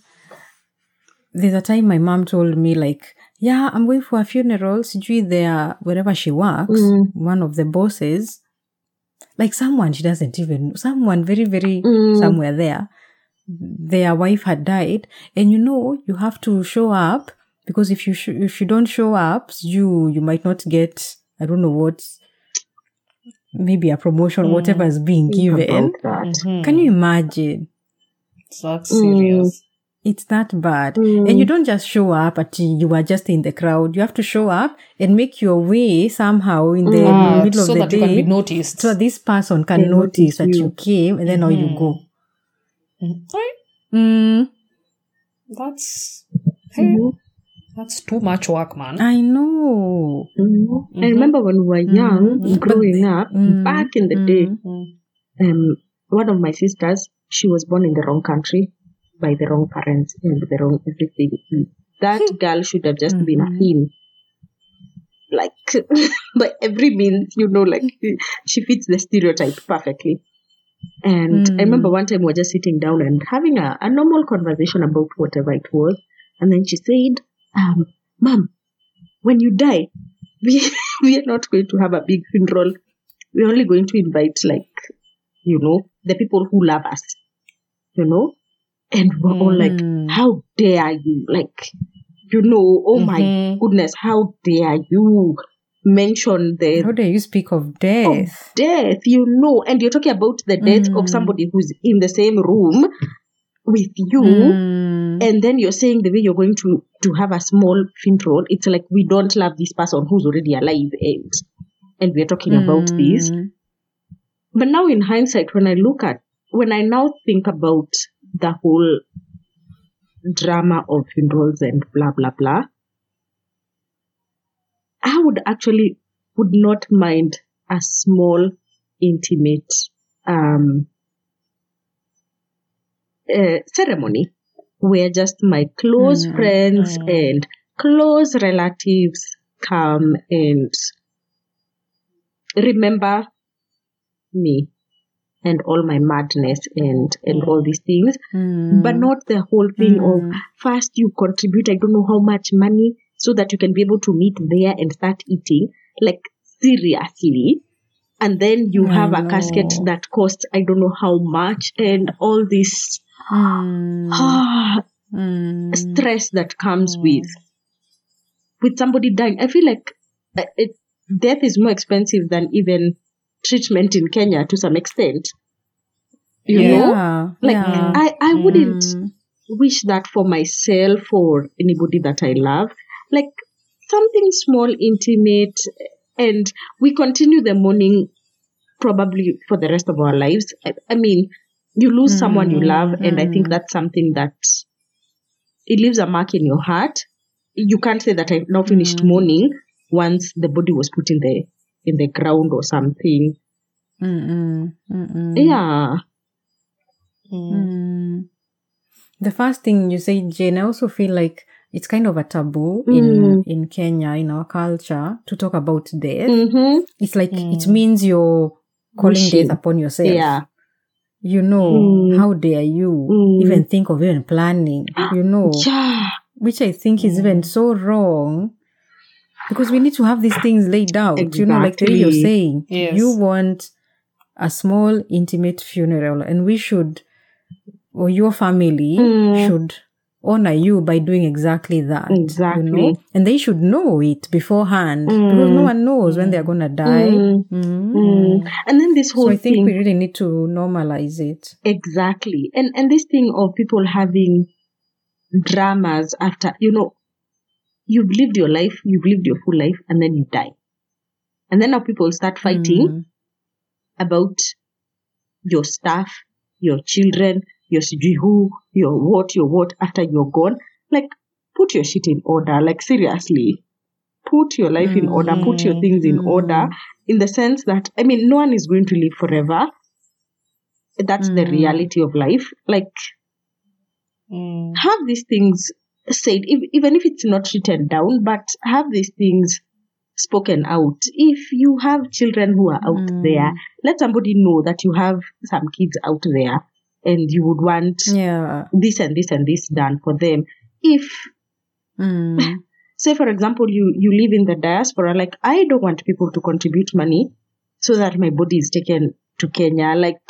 S2: there's a time my mom told me like yeah i'm going for a funeral sijui there wherever she works
S3: Mm.
S2: one of the bosses like someone she doesn't even someone very very
S3: Mm.
S2: somewhere there their wife had died and you know you have to show up because if you sh- if you don't show up you you might not get i don't know what maybe a promotion
S1: Mm.
S2: whatever is being
S3: Think
S2: given
S3: about that.
S1: Mhm.
S2: can you
S3: Mm.
S2: Hmm. imagine
S1: That's serious.
S2: it's that bad.
S3: Mm.
S2: And you don't just show up at you are just in the crowd. You have to show up and make your way somehow in the
S1: Ah,
S2: middle of
S1: so
S2: the
S1: that
S2: day
S1: you can be noticed.
S2: so that this person can
S3: Mm. They
S2: notice
S3: notice
S2: that
S3: you.
S2: you came and then now you
S1: Mhm.
S2: go.
S1: Mhm. Eh,
S2: Mm,
S1: That's eh,
S2: Hmm.
S3: Mhm,
S1: that's too much work, man.
S2: I know.
S3: mhm. I
S1: Mhm.
S3: remember when we were young,
S2: Mhm.
S3: growing
S2: But-
S3: up,
S2: Mm,
S3: back in the
S2: mm,
S3: day,
S1: Mm.
S3: um, one of my sisters, she was born in the wrong country by the wrong parents and the wrong everything. That girl should have just been a
S2: Mhm.
S3: him. Like, by every means, you know, like, she fits the stereotype perfectly. And I remember one time we were just sitting down and having a, a normal conversation about whatever it was. And then she said, um, Mom, when you die, we, we are not going to have a big funeral. We're only going to invite, like, you know, the people who love us, you know? And we're all
S2: Mm.
S3: like, how dare you? Like, you know, oh my
S2: Mm-hmm.
S1: Mhm.
S3: goodness, how dare you mention the
S2: How dare you speak of death?
S3: death, you know, and you're talking about the death of
S2: Mm.
S3: somebody who's in the same room with you,
S2: Mm.
S3: and then you're saying the way you're going to to have a small funeral, it's like we don't love this person who's already alive, and and we're talking about this.
S2: Mm.
S3: But now, in hindsight, when I look at when I now think about the whole drama of funerals and blah blah blah, I would actually would not mind a small, intimate um, uh, ceremony where just my close
S2: Mm,
S3: friends
S2: mm.
S3: and close relatives come and remember me and all my madness and and
S2: Mm.
S3: all these things but not the whole thing of first you contribute i don't know how much money so that you can be able to meet there and start eating like seriously and then you
S2: I
S3: have a
S2: know.
S3: casket that costs i don't know how much and all this
S2: Mm.
S3: ah, stress that comes with with somebody dying i feel like uh, it, death is more expensive than even treatment in kenya to some extent you know
S2: yeah.
S3: like
S2: yeah.
S3: i i wouldn't
S2: Mm.
S3: wish that for myself or anybody that I love. Like something small, intimate, and we continue the morning probably for the rest of our lives. I, I mean, you lose someone you love, and I
S2: Mm-hmm.
S3: think that's something that it leaves a mark in your heart. You can't say that I've now finished
S2: Mm.
S3: mourning once the body was put in the in the ground or something.
S2: Mm-mm. Mm-mm.
S3: Yeah.
S2: Mm. The first thing you say, Jane, I also feel like it's kind of a taboo in
S3: Mm.
S2: in Kenya in our culture to talk about death.
S3: Mm-hmm.
S2: It's like it means you're calling
S3: Wishing.
S2: death upon yourself.
S3: Yeah.
S2: You know,
S3: Mm.
S2: how dare you
S3: Mm.
S2: even think of even planning, you know,
S3: Yeah.
S2: which I think is
S3: Mm.
S2: even so wrong because we need to have these things laid out, you know, like the way you're
S3: Exactly.
S2: saying.
S1: Yes.
S2: You want a small, intimate funeral, and we should, or your family
S3: Mm.
S2: should honor you by doing exactly that.
S3: Exactly.
S2: You know? And they should know it beforehand because no
S3: Mm.
S2: one knows when they're going to die.
S3: Mm.
S2: Mhm.
S3: Mm. And then this whole
S2: So I think
S3: thing
S2: we really need to normalize it.
S3: Exactly. And and this thing of people having dramas after you know, you've lived your life, you've lived your full life, and then you die. And then now people start fighting
S2: Mm.
S3: about your stuff, your children, your sijui who, your what, your what after you're gone. Like put your shit in order. Like seriously. Put your life in order, put your things in order, in the sense that I mean no one is going to live forever. That's the reality of life. Like
S1: Mm.
S3: have these things said, if, even if it's not written down, but have these things spoken out. If you have children who are out there, let somebody know that you have some kids out there and you would want
S2: Mm. Yeah.
S3: this and this and this done for them. If,
S2: Mm.
S3: say, for example, you, you live in the diaspora, like, I don't want people to contribute money so that my body is taken to Kenya. Like,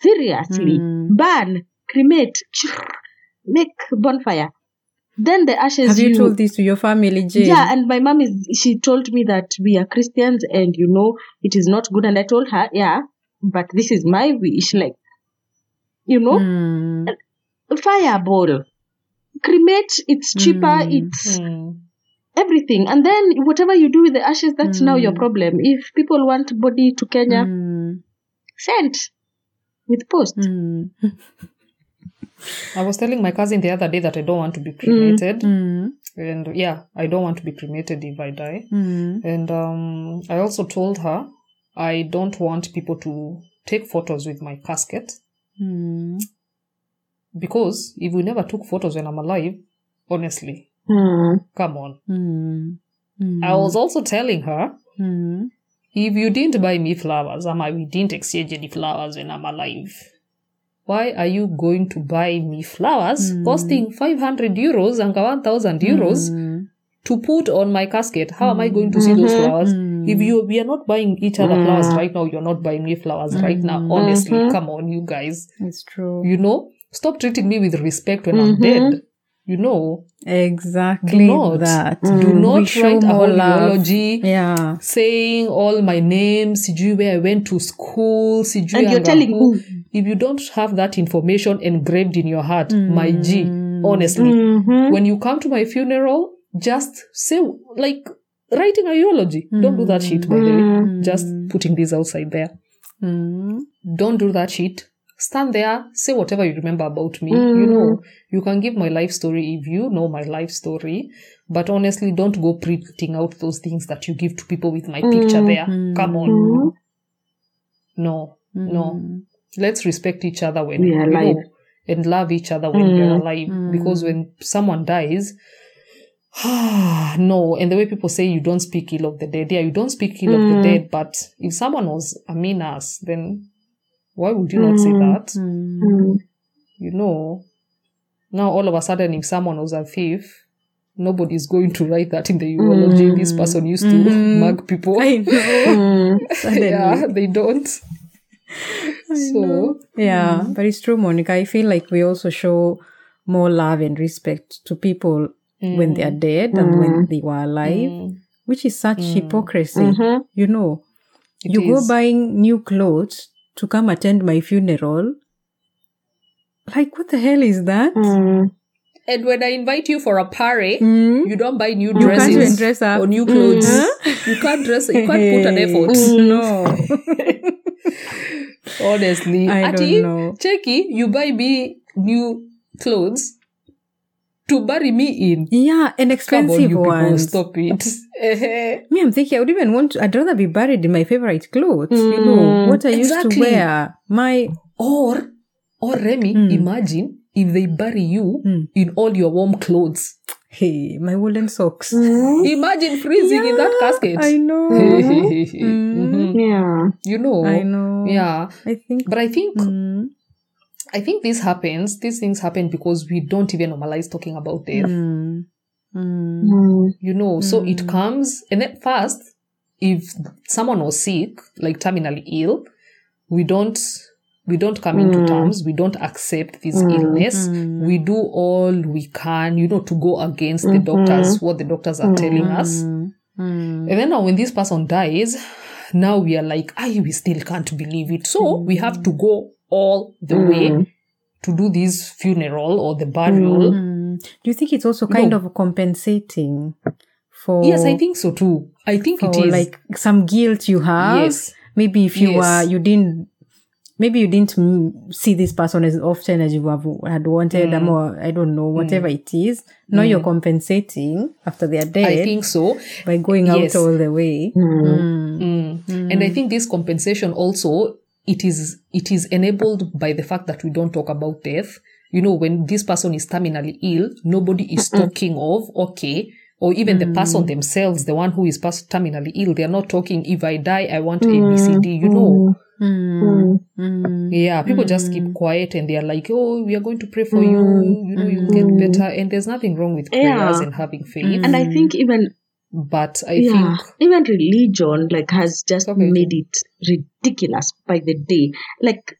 S3: seriously,
S2: Mm.
S3: burn, cremate, make bonfire. Then the ashes
S2: Have you,
S3: you
S2: told this to your family, Jane?
S3: yeah, and my mom is she told me that we are Christians and you know it is not good and I told her, Yeah, but this is my wish, like you know,
S2: Mm.
S3: fireball. Cremate, it's cheaper,
S2: Mm.
S3: it's
S1: Mm.
S3: everything. And then whatever you do with the ashes, that's now your
S2: Mm.
S3: problem. If people want body to Kenya,
S2: Mm.
S3: send with post.
S2: Mm.
S1: I was telling my cousin the other day that I don't want to be cremated.
S2: Mm.
S1: And yeah, I don't want to be cremated if I die.
S2: Mm.
S1: And um, I also told her I don't want people to take photos with my casket
S2: Mm.
S1: because if we never took photos when I'm alive, honestly,
S3: Mm.
S1: come on.
S2: Mm. Mm.
S1: I was also telling her
S2: Mm.
S1: if you didn't buy me flowers, am I we didn't exchange any flowers when I'm alive. Why are you going to buy me flowers
S2: Mm.
S1: costing 500 euros and 1000 euros
S2: Mm.
S1: to put on my casket? How am I going to see those
S3: Mhm.
S1: flowers?
S2: Mm.
S1: If you we are not buying each
S2: Mm-hmm.
S1: other flowers right now, you're not buying me flowers right now.
S2: Mm.
S1: Honestly,
S3: Mhm.
S1: come on, you guys.
S2: It's true.
S1: You know, stop treating me with respect when I'm
S2: Mm-hmm.
S3: Mhm.
S1: dead. You know,
S2: exactly
S1: Do not.
S2: that.
S1: do
S2: Mm, We
S1: not
S2: show
S1: write a
S2: more
S1: whole
S2: love.
S1: eulogy
S2: Yeah.
S1: saying all my name, sijui where I went to school, sijui
S3: And you're
S1: anga
S3: telling
S1: who.
S3: who?
S1: If you don't have that information engraved in your heart, my G,
S2: Mm,
S1: honestly,
S3: Mm-hmm.
S1: when you come to my funeral, just say, like, writing a eulogy. Don't do that shit, by
S3: Mm.
S1: the way. Just putting this outside there.
S2: Mm.
S1: Don't do that shit. Stand there, say whatever you remember about me. You know, you can give my life story if you know my life story, but honestly, don't go printing out
S3: Mm. Mm-hmm.
S1: those things that you give to people with my picture there. Come on. No. No. Let's respect each other when
S3: We are
S1: you know,
S3: alive.
S1: and love each other when we're alive.
S2: Mm.
S1: Because when someone dies, no. And the way people say you don't speak ill of the dead. Yeah, you don't speak ill of the dead, but if someone was a mean ass, then why would you not say that?
S3: Mm.
S1: You know. Now all of a sudden if someone was a thief, nobody's going to write that in the eulogy. This person used to
S2: Mm.
S1: mug people.
S2: I know.
S3: Mm.
S2: Suddenly.
S1: yeah, they don't.
S2: I
S1: so-
S2: know. yeah, but it's true, Monica. I feel like we also show more love and respect to people when they are
S1: Mm.
S2: dead and when they were alive, which is such hypocrisy.
S3: Mhm.
S2: You know,
S1: Mm-hmm. It
S2: you
S1: is.
S2: go buying new clothes to come attend my funeral. Like, what the hell is that?
S3: Mm.
S1: And when I invite you for a party,
S2: Mm.
S1: you don't buy new
S2: You can't even
S1: dresses
S2: dress up.
S1: or new clothes.
S2: Mm.
S1: You can't dress. You can't put an effort.
S2: Mm-hmm. No.
S1: Honestly,
S2: I don't
S1: Ati,
S2: know.
S1: Cheki, you buy me new clothes to bury me in.
S2: yeah,
S1: Come on,
S2: and expensive
S1: you people,
S2: ones.
S1: stop it. Ehe.
S2: Me, I'm thinking I would even want. I'd rather be buried in my favorite clothes. You know what I used
S1: Mm, Exactly.
S2: to wear. My
S1: or, or Remy,
S2: Mm.
S1: imagine if they bury you in all your warm clothes.
S2: hey, my woolen socks.
S1: Mm, Imagine freezing in that casket.
S2: I know.
S1: Mhm.
S3: Yeah.
S1: You know.
S2: I know.
S1: Yeah.
S2: I think.
S1: But I think
S2: Mm.
S1: I think this happens. These things happen because we don't even normalize talking about death.
S2: Mm. Mm.
S3: Mm.
S1: You know, so it comes and at first, if someone was sick, like terminally ill, we don't we don't come into terms. We don't accept this illness.
S2: Mm. Hmm.
S1: We do all we can, you know, to go against the doctors, what the doctors are telling
S2: Mm-hmm.
S1: us.
S2: Mm.
S1: And then now when this person dies, now we are like, I we still can't believe it. So
S2: Mm.
S1: we have to go all the way to do this funeral or the burial.
S2: Mm. Do you think it's also kind
S1: No.
S2: of compensating for?
S1: Yes, I think so too. I think
S2: for
S1: it is.
S2: like some guilt you have.
S1: yes.
S2: Maybe if you
S1: Yes.
S2: were you didn't. Maybe you didn't mm, see this person as often as you have, had wanted,
S1: Mm.
S2: or I don't know, whatever it is. Now you're compensating after they are
S1: Hmm. I
S2: dead
S1: think so.
S2: by going
S1: yes.
S2: out all the way. Mm.
S1: Mm. And I think this compensation also it is it is enabled by the fact that we don't talk about death. You know, when this person is terminally ill, nobody is talking of okay, or even the
S3: Mm.
S1: person themselves, the one who is past terminally ill, they are not talking. If I die, I want A, B, C, D. You know,
S2: Mm. Mm.
S1: yeah, people just
S3: Mm.
S1: keep quiet and they are like, oh, we are going to pray for you. You know, you will get better. And there's nothing wrong with prayers
S3: Mm. Yeah.
S1: and having faith,
S3: And I think even
S1: but I
S3: yeah,
S1: think
S3: even religion like has just
S1: Okay.
S3: made it ridiculous by the day. Like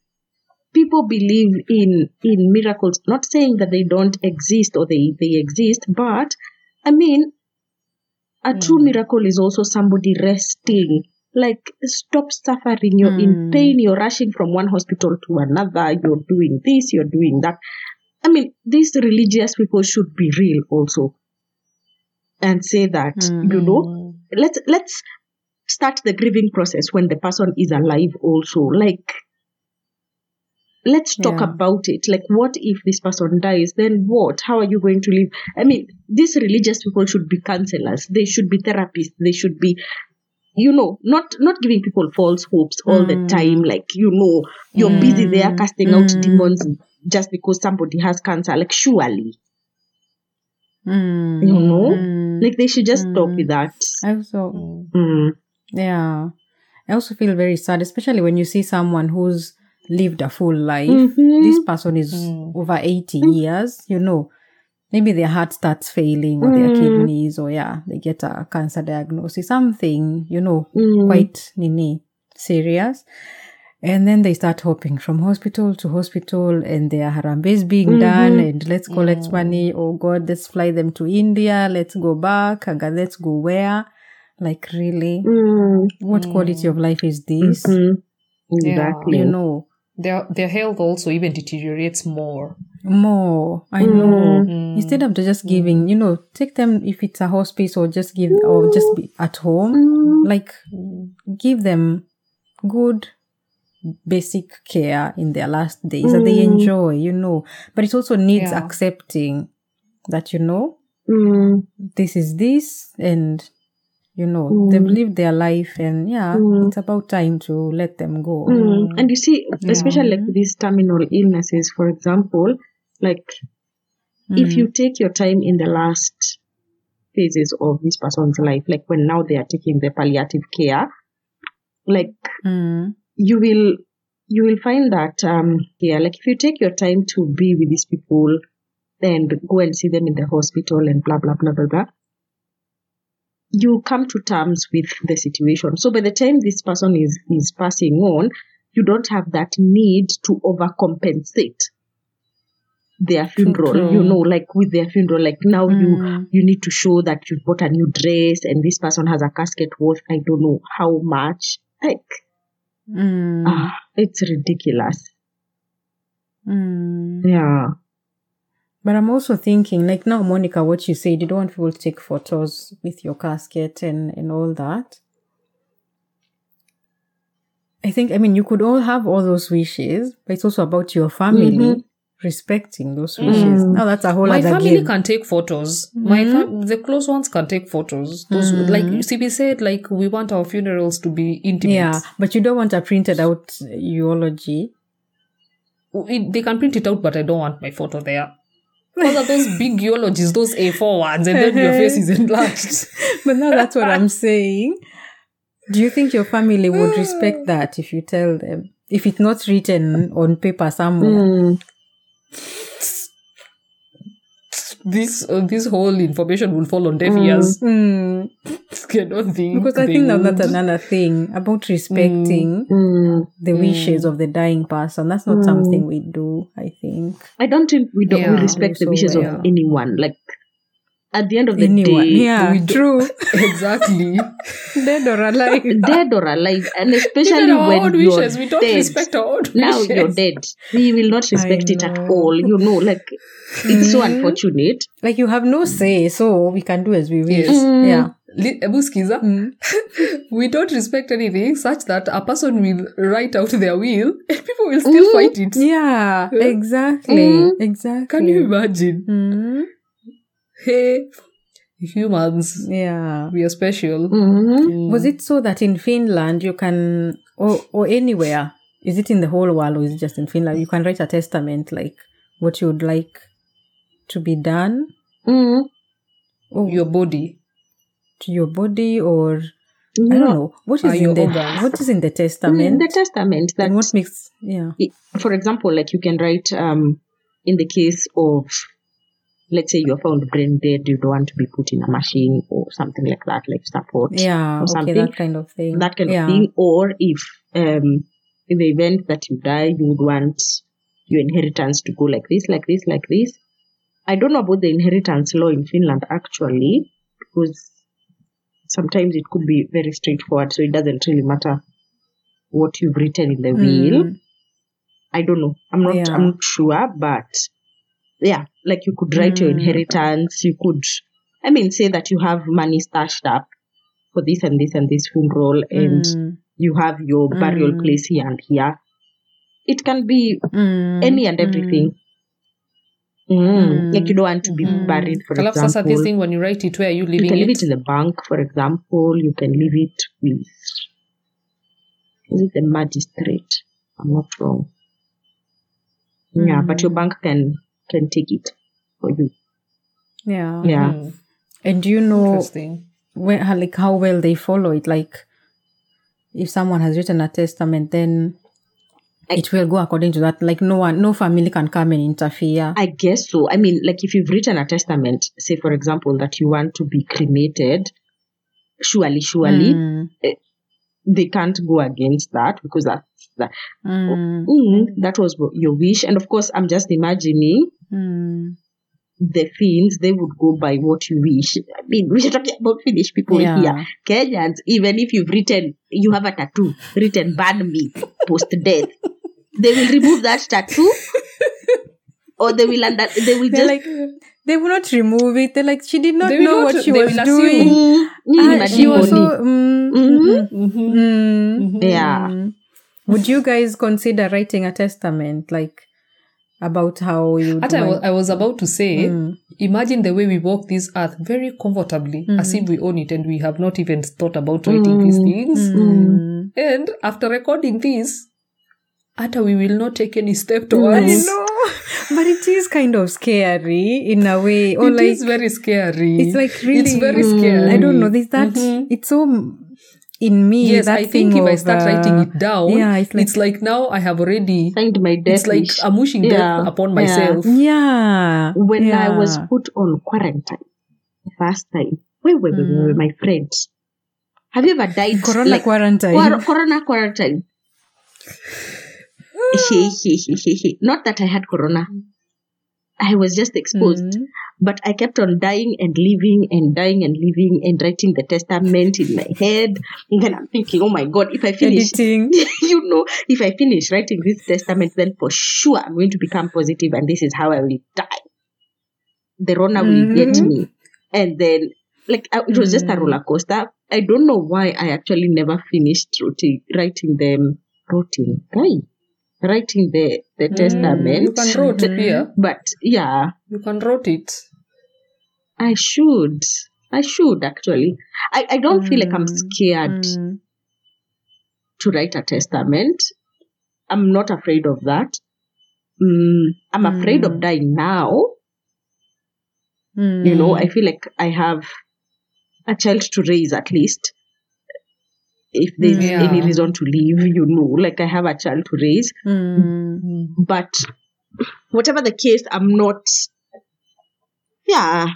S3: people believe in in miracles. Not saying that they don't exist or they they exist, but I mean, a true miracle is also somebody resting. Like stop suffering. You're in pain. You're rushing from one hospital to another. You're doing this. You're doing that. I mean, these religious people should be real also, and say that
S1: Hmm.
S3: you know let's let's start the grieving process when the person is alive also like let's talk
S2: Yeah.
S3: about it like what if this person dies then what how are you going to live i mean these religious people should be counselors they should be therapists they should be you know not not giving people false hopes all
S2: Mm.
S3: the time like you know you're busy there casting out demons just because somebody has cancer like surely
S2: Mm.
S3: you know
S2: Mm.
S3: like they should just stop with that
S2: I also
S3: Mm.
S2: Yeah. I also feel very sad, especially when you see someone who's lived a full life.
S3: Mhm.
S2: This person is over 80 years, you know. Maybe their heart starts failing or their kidneys, or yeah, they get a cancer diagnosis, something, you know,
S3: Mm.
S2: quite nini serious. And then they start hopping from hospital to hospital and their harambe is being done and let's collect money. Oh God, let's fly them to India. Let's go back. Aga, let's go where? Like really?
S3: Mm.
S2: What quality of life is this?
S3: Mm.
S1: Yeah.
S3: Exactly.
S2: You know,
S1: their their health also even deteriorates more.
S2: more. I
S3: Mm.
S2: know. Instead of just giving, you know, take them if it's a hospice or just give or just be at
S3: Mm.
S2: home. Like give them good basic care in their last days that they
S3: Mm.
S2: enjoy, you know. But it also needs
S1: Yeah.
S2: accepting that, you know,
S3: Mm.
S2: this is this and you know they've lived their life and yeah
S3: Mm.
S2: it's about time to let them go
S3: Mm. And you see,
S2: Yeah.
S3: especially like these terminal illnesses, for example, like if
S2: Mm.
S3: you take your time in the last phases of this person's life, like when now they are taking the palliative care, like
S2: Mm.
S3: you will you will find that um yeah, like if you take your time to be with these people and go and see them in the hospital and blah blah blah blah blah. You come to terms with the situation. So by the time this person is is passing on, you don't have that need to overcompensate their funeral.
S2: true.
S3: You know, like with their funeral, like now you
S2: Mm.
S3: you need to show that you've bought a new dress and this person has a casket worth I don't know how much. Like
S2: Mm.
S3: ah, it's ridiculous.
S2: Mm.
S3: Yeah.
S2: But I'm also thinking, like now, Monica, what you said, you don't want people to take photos with your casket and, and all that. I think, I mean, you could all have all those wishes, but it's also about your family
S3: Mhm.
S2: respecting those wishes.
S3: Mm.
S2: Now, that's a whole
S1: Mm-hmm. my
S2: other
S1: family
S2: game.
S1: can take photos my fam- the close ones can take photos those like cb said like we want our funerals to be intimate
S2: yeah, but you don't want a printed out eulogy.
S1: it, they can print it out but i don't want my photo there those are those big eulogies those a4 ones and then your face is enlarged
S2: but now that's what I'm saying. Do you think your family would respect that if you tell them? If it's not written on paper somewhere?
S3: Mm.
S1: this uh, this whole information will fall on deaf
S3: Mm.
S1: ears
S2: Mm.
S1: I don't think
S2: because I
S1: they
S2: think that
S1: would.
S2: that's another thing about respecting
S3: Mm.
S2: the wishes of the dying person. That's not something we do. I think
S3: I don't think we don't we
S1: Yeah.
S3: respect the
S2: Also,
S3: wishes
S2: yeah.
S3: of anyone. Like at the end of the
S2: anyone,
S3: day,
S2: yeah,
S1: we do-
S2: true,
S1: exactly
S2: dead or alive.
S3: dead or alive, and especially
S1: Even our
S3: when
S1: own
S3: you're
S1: wishes we don't
S3: dead.
S1: respect our own
S3: now
S1: wishes
S3: you're dead. We will not respect it at
S2: know.
S3: all. You know, like it's so unfortunate.
S2: Like you have no say, so we can do as we wish.
S1: Yes.
S3: Mm.
S2: Yeah.
S1: Li- Ebu Skiza,
S2: Mm.
S1: we don't respect anything such that a person will write out their will and people will still
S3: Mm.
S1: fight it.
S2: Yeah, exactly.
S3: Mm.
S2: Exactly.
S1: Can you
S3: Hmm.
S1: imagine?
S2: Mm.
S1: Hey, humans,
S2: Yeah.
S1: we are special. Hmm.
S3: Mm-hmm.
S2: Was it so that in Finland you can, or, or anywhere, is it in the whole world or is it just in Finland? You can write a testament like what you would like to be done
S3: Mm.
S2: or
S1: Your body.
S2: Oh, to your body or I
S3: No.
S2: don't know what
S1: Are
S2: is in
S1: your
S2: the
S1: organs.
S2: what is in the testament
S3: Mm, the testament that
S2: and what makes yeah
S3: for example, like you can write um, in the case of, let's say you're found brain dead, you don't want to be put in a machine or something like that, like support
S2: yeah
S3: or
S2: okay
S3: something,
S2: that kind of thing
S3: that kind
S2: yeah.
S3: of thing. Or if um, in the event that you die, you would want your inheritance to go like this, like this, like this. I don't know about the inheritance law in Finland actually, because sometimes it could be very straightforward, so it doesn't really matter what you've written in the Hmm. will.
S1: Hmm.
S2: Mm,
S3: I don't know. I'm not.
S2: Yeah.
S3: I'm not sure, but yeah, like you could write your
S2: Mm.
S3: inheritance. You could, I mean, say that you have money stashed up for this and this and this funeral, and
S2: mm,
S3: you have your burial
S2: Mm.
S3: place here and here. It can be
S1: Hmm.
S2: mm,
S3: any and
S2: mm.
S3: everything. Mm.
S2: Mm.
S3: Like you don't want to be
S1: Hmm.
S2: Mm.
S3: buried, for
S1: Kalaf sasa this
S3: example.
S1: thing when you write it, where are you
S3: You
S1: living
S3: can leave
S1: it?
S3: it in the bank, for example. You can leave it with is it the magistrate? I'm not wrong. Yeah, but
S2: Mm.
S3: your bank can can take it for you.
S2: yeah
S3: Yeah.
S1: Hmm,
S2: and do you
S3: Oh.
S2: know
S1: Interesting.
S2: when, how- like how well they follow it like if someone has written a testament then
S3: I-
S2: it will go according to that like no one no family can come and interfere
S3: I guess so. I mean, like if you've written a testament, say for example that you want to be cremated, surely, surely
S2: Mm,
S3: they can't go against that because that that
S2: mm,
S3: mm, that was what- your wish. And of course, I'm just imagining
S2: mm.
S3: the Finns they would go by what you wish. I mean, we're talking about Finnish people
S2: Yeah.
S3: here, Kenyans. Even if you've written, you have a tattoo written "ban me" post death, they will remove that tattoo. Or they will under, they will
S2: They're
S3: just
S2: like they will not remove it. They're like she did not
S1: They will
S2: know
S1: not-
S2: what she
S1: they
S2: was
S1: will assume.
S2: doing.
S3: Mm,
S2: Ah,
S3: mm,
S2: she was so.
S3: only.
S2: Mm,
S3: Mhm.
S2: mm,
S1: Mhm.
S2: mm,
S1: Mhm.
S3: Yeah.
S2: mm. Would you guys consider writing a testament like about how you?
S3: Hmm.
S1: Hata I wa- I was about to say,
S2: Mm.
S1: imagine the way we walk this earth very comfortably as
S3: Hmm.
S1: if we own it and we have not even thought about writing these things
S3: Hmm. Mm.
S1: and after recording this hata we will not take any step towards
S2: know. but it is kind of scary in a way. Or
S1: It
S2: like
S1: is very scary
S2: it's like really
S1: it's very
S2: Mm.
S1: scary
S2: I don't know. There's that
S1: Mhm.
S2: it's so m- in me.
S1: yes
S2: that
S1: i think
S2: thing
S1: if i
S2: of,
S1: start
S2: uh,
S1: writing it down
S2: yeah, it's
S1: it's
S2: like-
S1: like, now i have already
S3: Find my death
S1: it's like
S3: wish.
S2: um,
S1: i'm wishing
S3: Yeah.
S1: death upon
S3: Yeah. Mm.
S1: myself
S2: Yeah.
S3: when I was
S2: yeah.
S3: put on quarantine the first time. Where were we,
S1: Mm.
S3: my friends? Have you ever died?
S2: Corona
S3: like,
S2: quarantine.
S3: quar- corona quarantine. Not that I had corona. I was just exposed,
S2: Mm.
S3: but I kept on dying and living and dying and living and writing the testament in my head. And then I'm thinking, oh my God, if I finish,
S2: Editing.
S3: you know, if I finish writing this testament, then for sure I'm going to become positive and this is how I will die. The runner will get
S2: Mhm.
S3: me. And then, like, I, it was just a
S2: Mm.
S3: roller coaster. I don't know why I actually never finished writing, writing them, writing, guy, writing the, the
S1: Mm, you
S3: testament.
S1: can wrote it here
S3: But yeah,
S1: you can wrote it
S3: I should. I should actually. I, I don't feel like I'm
S2: Mm.
S3: scared
S2: Mm.
S3: to write a testament. I'm not afraid of that. Mm, I'm afraid of
S2: Mm.
S3: dying now.
S2: Mm.
S3: You know, I feel like I have a child to raise at least. If there's
S1: Mm.
S3: any
S1: Yeah.
S3: reason to leave, you know, like I have a child to raise.
S2: Mm.
S1: Hmm.
S3: But whatever the case, I'm not. Yeah.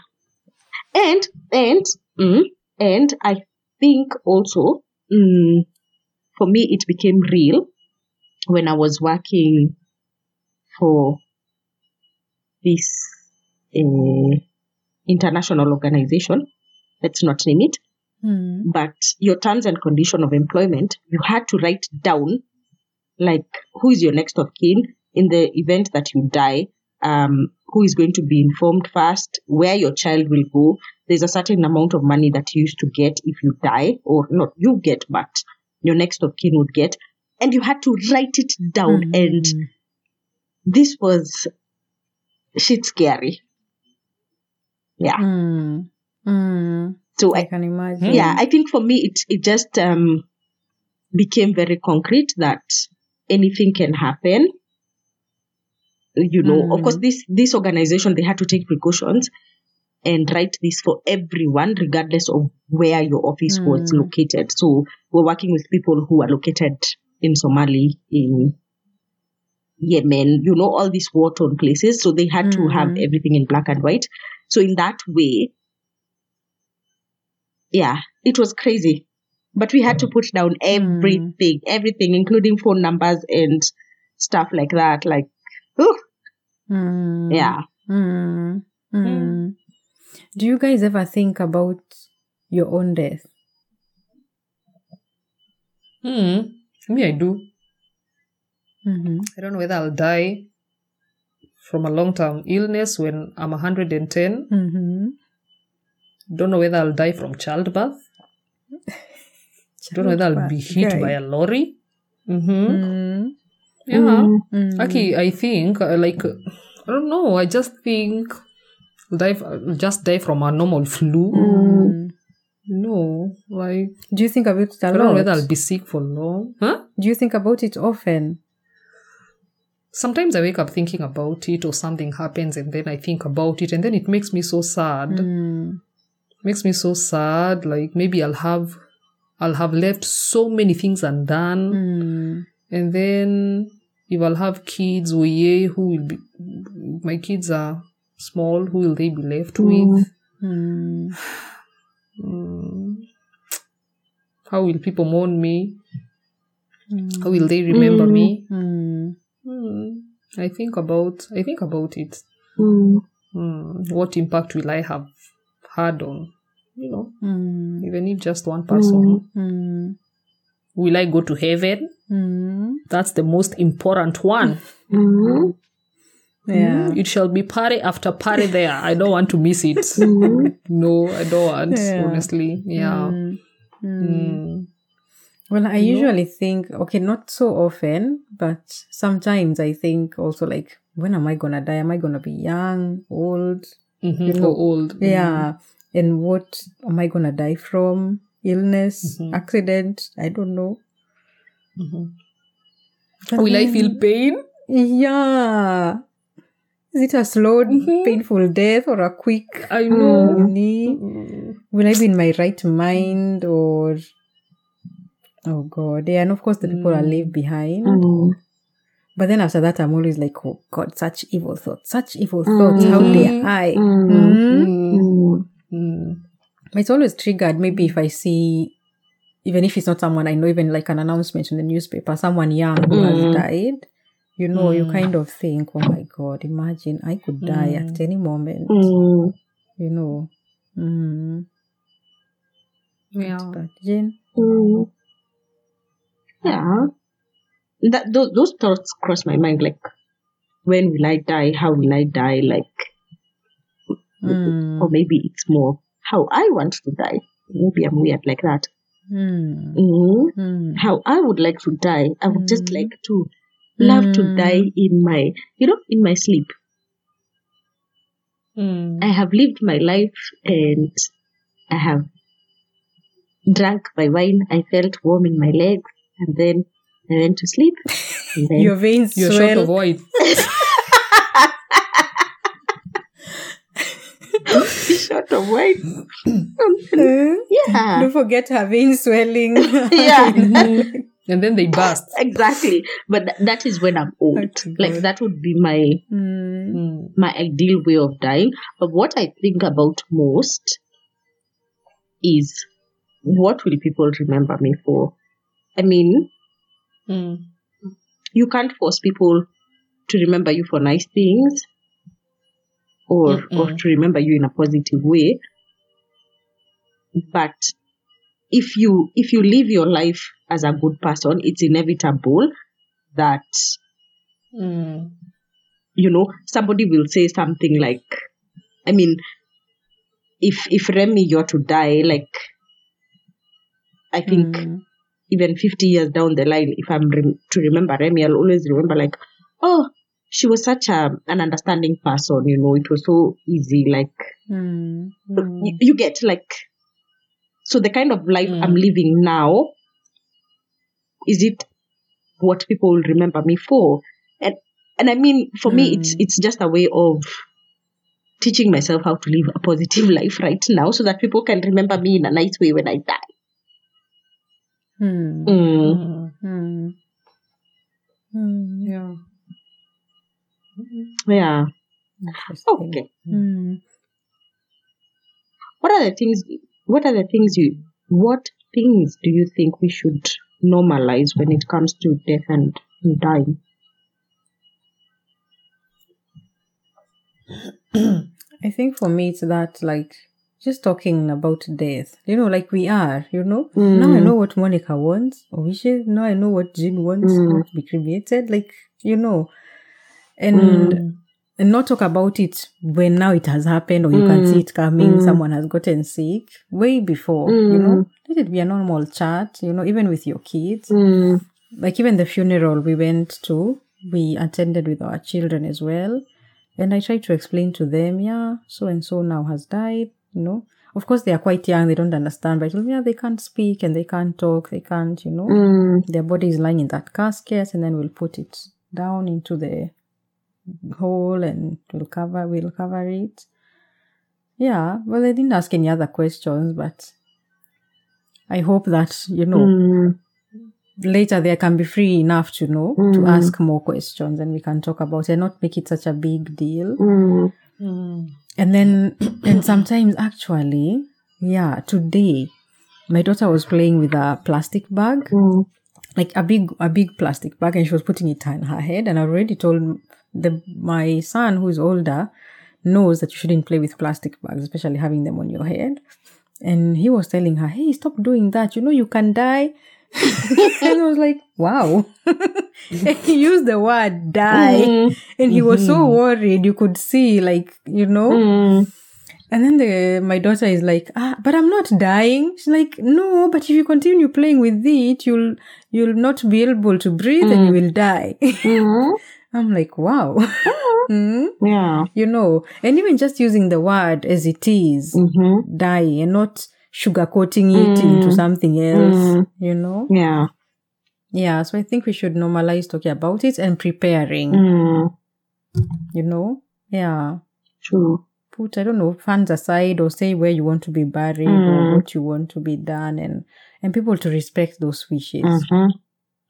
S3: And, and, mm, and I think also, mm, for me, it became real when I was working for this uh, international organization. Let's not name it,
S2: Mm.
S3: but your terms and condition of employment, you had to write down like who is your next of kin in the event that you die, um, who is going to be informed first, where your child will go. There's a certain amount of money that you used to get if you die, or not you get, but your next of kin would get. And you had to write it down. And
S2: Mm.
S3: this was shit scary. Yeah.
S2: Mm. Mm.
S3: So
S2: I
S3: I,
S2: can imagine.
S3: yeah i think for me it it just um became very concrete that anything can happen you know of course
S2: Mm.
S3: this this organization they had to take precautions and write this for everyone regardless of where your office was
S2: Mm.
S3: located so we're working with people who are located in somali in yemen you know all these war torn places so they had to have
S2: Mm.
S3: everything in black and white so in that way yeah, it was crazy. But we had to put down everything, everything, including phone numbers and stuff like that. Like, ooh,
S2: Mm.
S3: yeah. Hmm.
S2: Mm. Mm. Do you guys ever think about your own death?
S1: Hmm. me i do
S2: Mm-hmm.
S1: I don't know whether I'll die from a long term illness when I'm 110.
S2: Mm-hmm.
S1: Don't know whether I'll die from childbirth. Don't know whether I'll be hit by a lorry. Mm-hmm.
S2: Mm.
S1: Yeah.
S3: Mm.
S2: Mm.
S1: Okay, I think, uh, like, uh, I don't know. I just think I'll die, f- I'll just die from a normal flu.
S2: Mm.
S1: No, like,
S2: Do you think about it a
S1: I don't know
S2: lot?
S1: whether I'll be sick for long. Huh?
S2: Do you think about it often?
S1: Sometimes I wake up thinking about it or something happens and then I think about it and then it makes me so sad. Hmm.
S2: Mm.
S1: makes me so sad like maybe i'll have i'll have left so many things undone
S2: Mm.
S1: and then if i'll have kids oh yeah who will be my kids are small who will they be left
S3: Hmm.
S1: with
S2: Mm.
S1: Mm. how will people mourn me
S2: Mm.
S1: how will they remember
S3: Mm.
S1: me
S2: Mm.
S1: Mm. i think about i think about it
S3: Mm.
S1: Mm. what impact will i have had on you know
S2: Mm.
S1: even if just one person
S3: Mm.
S2: Mm.
S1: will i go to heaven
S2: Mm.
S1: That's the most important one. Hmm.
S3: Mm.
S2: Yeah.
S1: It shall be party after party there. I don't want to miss it. no, I don't want,
S2: Yeah.
S1: honestly. Yeah.
S2: Mm. Mm.
S1: Mm.
S2: Well, I
S1: You know?
S2: usually think, okay, not so often, but sometimes I think also like, when am I gonna die? Am I gonna be young, old?
S1: Mhm, for old.
S2: yeah and what am i gonna die from illness
S1: Mhm.
S2: accident i don't know
S1: Mhm.
S2: But
S1: Will I
S2: then-
S1: feel pain?
S2: yeah is it a slow
S1: Mm-hmm.
S2: painful death or a quick
S1: I know.
S2: agony? will i be in my right mind or oh god yeah and of course the people i
S1: Mm.
S2: leave behind
S3: Mm.
S2: but then after that i'm always like oh god such evil thoughts such evil
S3: Mm.
S2: thoughts how
S1: Mm-hmm.
S2: dare i
S3: Mm.
S2: Mm.
S3: Mm.
S1: Mm.
S2: it's always triggered maybe if i see even if it's not someone i know even like an announcement in the newspaper someone young who
S3: Mm.
S2: has died you know you
S1: Mm-hmm. Mm.
S2: kind of think oh my god imagine i could die at
S1: Mm.
S2: any moment
S3: Mm.
S2: you know mm.
S1: Yeah.
S2: but Jane,
S3: Mm. Yeah. That those, those thoughts cross my mind like when will I die? How will I die? Like
S2: mm.
S3: or maybe it's more how I want to die. Maybe I'm weird like that.
S2: Mm.
S3: Mm.
S2: Mm.
S3: How I would like to die. I would just
S2: Mm.
S3: like to love to
S2: Mm.
S3: die in my you know, in my sleep.
S1: Mm.
S3: I have lived my life and I have drank my wine. I felt warm in my legs and then I went to sleep. And then
S2: your veins
S1: You're short of
S2: swell
S1: oil.
S3: short of wine.
S2: Eh?
S3: Yeah.
S2: don't forget her veins swelling
S3: Yeah.
S1: Mhm. and then they burst.
S3: Exactly. But th- that is when I'm old.
S2: Okay,
S3: like
S2: good.
S3: that would be my
S2: Mm.
S1: Mm.
S3: my ideal way of dying. But what I think about most is what will people remember me for? I mean,
S1: Mm.
S3: you can't force people to remember you for nice things or or
S1: Mm-mm.
S3: to remember you in a positive way. But if you if you live your life as a good person, it's inevitable that
S1: Mm.
S3: you know somebody will say something like i mean if if remy you're to die like i think
S2: Mm.
S3: even 50 years down the line if i'm rem- to remember remy i'll always remember like oh she was such a, an understanding person you know it was so easy like
S2: Mm.
S3: you, you get like so the kind of life
S1: Mm.
S3: i'm living now is it what people will remember me for and and i mean for me it's
S2: Mm.
S3: it's just a way of teaching myself how to live a positive life right now so that people can remember me in a nice way when i die
S2: Mm.
S3: mm.
S1: Mm.
S2: Mm. Mm.
S1: Yeah.
S3: yeah Oh,
S2: Interesting.
S3: okay
S2: Mm.
S3: what are the things what are the things you what things do you think we should normalize when it comes to death and, and dying
S2: I think for me, it's that like just talking about death, you know, like we are, you know. Now I
S3: Mm.
S2: know what Monica wants or wishes. Now I know what Jean wants
S3: Mm.
S2: to be cremated, like, you know. And,
S3: Mm.
S2: and not talk about it when now it has happened or you can
S3: Mm.
S2: see it coming,
S3: Mm.
S2: someone has gotten sick way before, you know. Let it be a normal chat, you know, even with your kids.
S3: mm.
S2: like even the funeral we went to, we attended with our children as well. And I tried to explain to them, yeah, so and so now has died, you know. Of course, they are quite young, they don't understand, but yeah, they can't speak and they can't talk, they can't, you know.
S3: Mm.
S2: Their body is lying in that casket, and then we'll put it down into the hole and we'll cover, we'll cover it. Yeah, well, they didn't ask any other questions, but I hope that, you know,
S3: Mm.
S2: later they can be free enough to know to
S3: Mm.
S2: ask more questions and we can talk about it and not make it such a big deal
S3: Mm.
S1: Mm.
S2: and then and sometimes actually yeah today my daughter was playing with a plastic bag
S3: Mm.
S2: like a big a big plastic bag and she was putting it on her head and i already told the my son who is older knows that you shouldn't play with plastic bags especially having them on your head and he was telling her hey stop doing that you know you can die and i was like wow and he used the word die
S3: Mm.
S2: and he was so worried you could see like you know
S3: Mm.
S2: and then the, my daughter is like, ah, but I'm not dying. She's like, no, but if you continue playing with it, you'll you'll not be able to breathe and you will die.
S3: Mm.
S2: I'm like, wow. Mm,
S3: Yeah.
S2: you know, and even just using the word as it is,
S3: hmm
S2: die, and not sugarcoating it into
S3: Mm.
S2: something else,
S3: Mm.
S2: you know?
S3: Yeah.
S2: Yeah, so I think we should normalize talking about it and preparing,
S3: Mm.
S2: you know? Yeah.
S3: True.
S2: Put, I don't know, funds aside or say where you want to be buried
S3: Mm.
S2: or what you want to be done and, and people to respect those wishes.
S3: hmm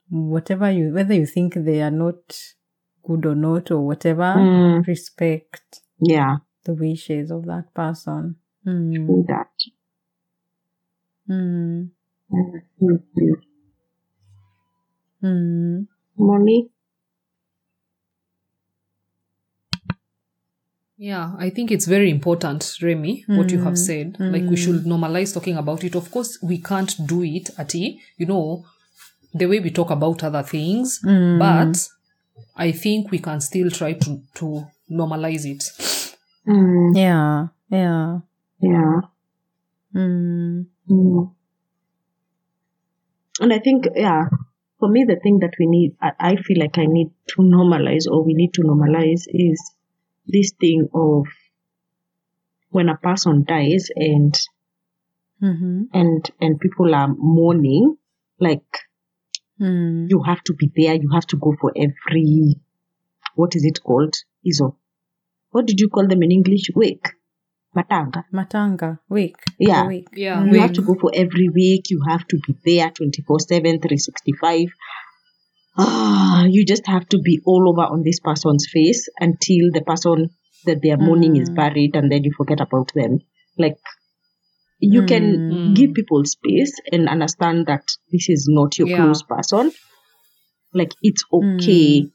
S2: Whatever you, whether you think they are not good or not or whatever,
S3: Mm.
S2: respect
S3: Yeah.
S2: the wishes of that person.
S3: Do
S2: Mm.
S3: that.
S2: Mm.
S3: Thank you.
S2: Mm.
S3: Moni?
S1: Yeah, I think it's very important, Remy, what you have
S2: Mm,
S1: said. Like we
S2: mm.
S1: should normalize talking about it. Of course, we can't do it at a, you know, the way we talk about other things,
S2: Mm.
S3: Mm-hmm.
S1: but I think we can still try to to normalize it.
S3: Mm.
S2: Yeah. Yeah.
S3: Yeah.
S2: Mm.
S3: Mm. And I think, yeah, for me, the thing that we need, I, I feel like I need to normalize or we need to normalize is this thing of when a person dies and
S2: Mm-hmm.
S3: and and people are mourning like
S2: Mm.
S3: you have to be there you have to go for every what is it called iso what did you call them in english wake matanga
S2: Matanga. Wake.
S3: Yeah.
S2: The wake.
S1: Yeah,
S3: you have
S1: wake.
S3: to go for every week you have to be there 24 7 365 ah you just have to be all over on this person's face until the person that they are mourning
S1: Mm.
S3: is buried and then you forget about them like you can
S1: Mm.
S3: give people space and understand that this is not your
S1: Yeah.
S3: close person like it's okay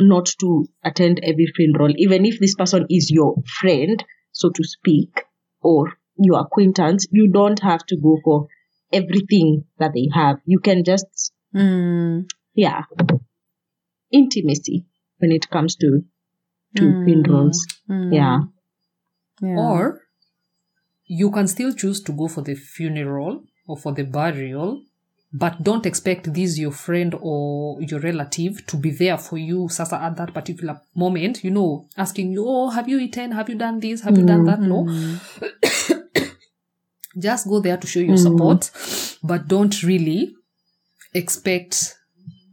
S3: not to attend every funeral, even if this person is your friend, so to speak, or your acquaintance, you don't have to go for everything that they have. You can just,
S2: Mm.
S3: yeah, intimacy when it comes to, to
S2: Mm.
S3: funerals.
S2: Mm.
S3: Yeah.
S2: Yeah.
S1: Or you can still choose to go for the funeral or for the burial, but don't expect this your friend or your relative to be there for you sasa at that particular moment, you know, asking you, Oh, have you eaten? Have you done this? Have you done that? No.
S2: Mm.
S3: Mm-hmm.
S1: Just go there to show your
S3: Mm.
S1: support, but don't really expect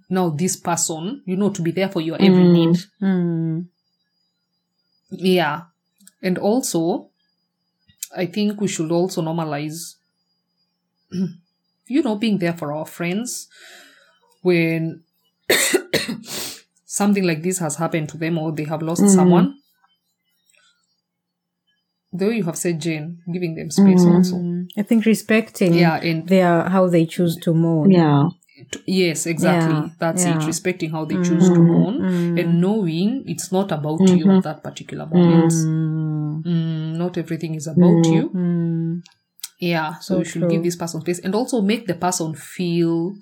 S1: now this person, you know, to be there for your every
S3: Mm.
S1: need.
S2: Mm.
S1: Yeah. And also, I think we should also normalize, you know, being there for our friends when something like this has happened to them or they have lost
S3: Mm.
S1: someone. Though you have said, Jane, giving them space
S3: Mm.
S1: also.
S2: I think respecting
S1: Yeah, and
S2: their how they choose to mourn.
S3: Yeah.
S1: t- yes, exactly.
S2: Yeah,
S1: That's
S2: yeah.
S1: it. Respecting how they choose to
S3: Mm. Mm-hmm.
S1: mourn
S2: Mm.
S1: and knowing it's not about you at that particular moment. Mm.
S2: Mm.
S1: not everything is about
S3: Mm.
S1: you.
S2: Mm.
S1: Yeah, so
S2: So
S1: you should
S2: true.
S1: give this person space and also make the person feel,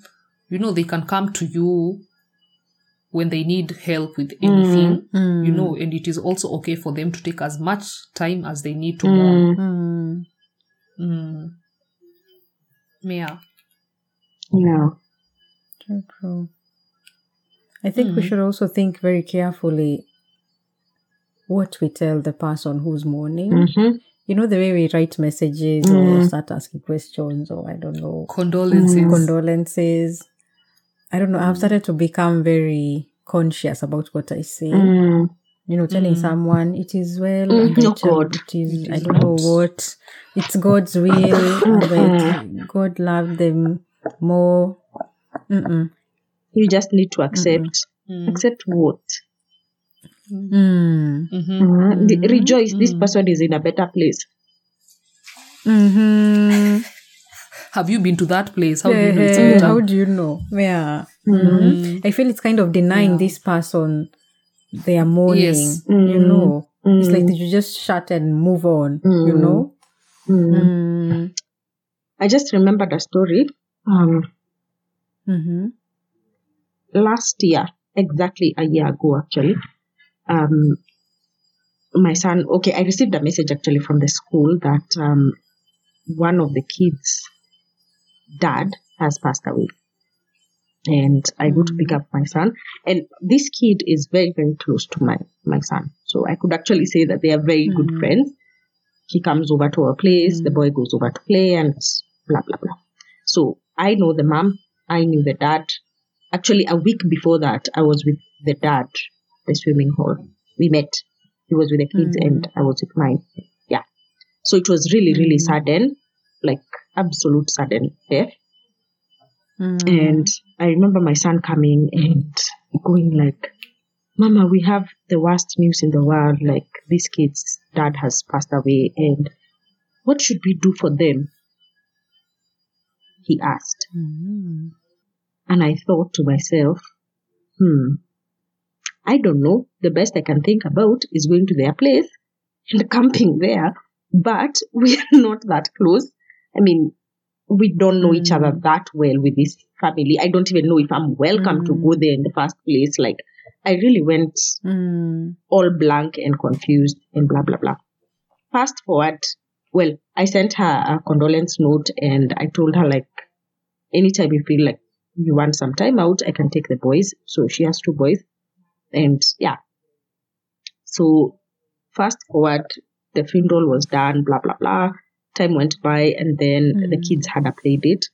S1: you know, they can come to you when they need help with anything,
S2: Mm.
S1: you know, and it is also okay for them to take as much time as they need to mourn.
S3: Mm.
S2: Mm.
S1: Mm. Yeah.
S3: Yeah.
S2: True, true. I think we
S1: Mm.
S2: should also think very carefully what we tell the person who's mourning.
S3: Mm-hmm.
S2: You know, the way we write messages or
S3: Mm.
S2: start asking questions or I don't know,
S1: Condolences.
S3: Mm.
S2: condolences. I don't know. I've started to become very conscious about what I say.
S3: Mm.
S2: You know, telling
S1: Mm.
S2: someone it is well,
S3: Mm,
S2: and I
S3: oh
S2: tell
S3: God.
S2: it is,
S1: It
S2: I
S1: is
S2: don't know
S1: well.
S2: what. It's God's will,
S1: Mm-hmm.
S2: and I, God loved them more. Mm-mm.
S3: You just need to accept.
S1: Mm.
S3: Accept what?
S2: Mm.
S1: hmm
S3: Mm. The-
S2: Mm.
S3: Rejoice, this
S1: Mm.
S3: person is in a better place.
S2: Mm-hmm.
S1: Have you been to that place? How do you know it's
S2: Eh,
S1: better?
S2: How do you know? Yeah.
S1: Mm.
S2: I feel it's kind of denying
S1: Yeah.
S2: this person their mourning.
S1: Yes. Mm-hmm.
S2: You
S3: Mm.
S2: know, it's like
S3: Mm.
S2: did you just shut and move on. You
S3: Mm.
S2: know.
S3: Mm.
S1: Mm-hmm.
S2: Mm.
S3: I just remembered a story. Um,
S2: Mm-hmm.
S3: last year, exactly a year ago, actually, um, my son. Okay, I received a message actually from the school that um, one of the kids' dad has passed away, and I go to pick up my son. And this kid is very, very close to my, my son. So I could actually say that they are very good friends. He comes over to our place, the boy goes over to play, and blah, blah, blah. So I know the mom, I knew the dad. Actually, a week before that, I was with the dad, the swimming hall. We met. He was with the kids, and I was with mine. Yeah. So it was really, really sudden, like absolute sudden death.
S2: Mm-hmm.
S3: And I remember my son coming and going like, Mama, we have the worst news in the world. Like this kid's dad has passed away and what should we do for them? He asked.
S2: Mm-hmm.
S3: And I thought to myself, hmm, I don't know. The best I can think about is going to their place and camping there. But we are not that close. I mean, we don't know each other that well with this family. I don't even know if I'm welcome to go there in the first place. Like, I really went
S2: Mm.
S3: all blank and confused and blah blah blah. Fast forward, well, I sent her a condolence note and I told her like, anytime you feel like you want some time out, I can take the boys. So she has two boys, and yeah. So fast forward, the funeral was done. Blah blah blah. Time went by, and then the kids had a play date,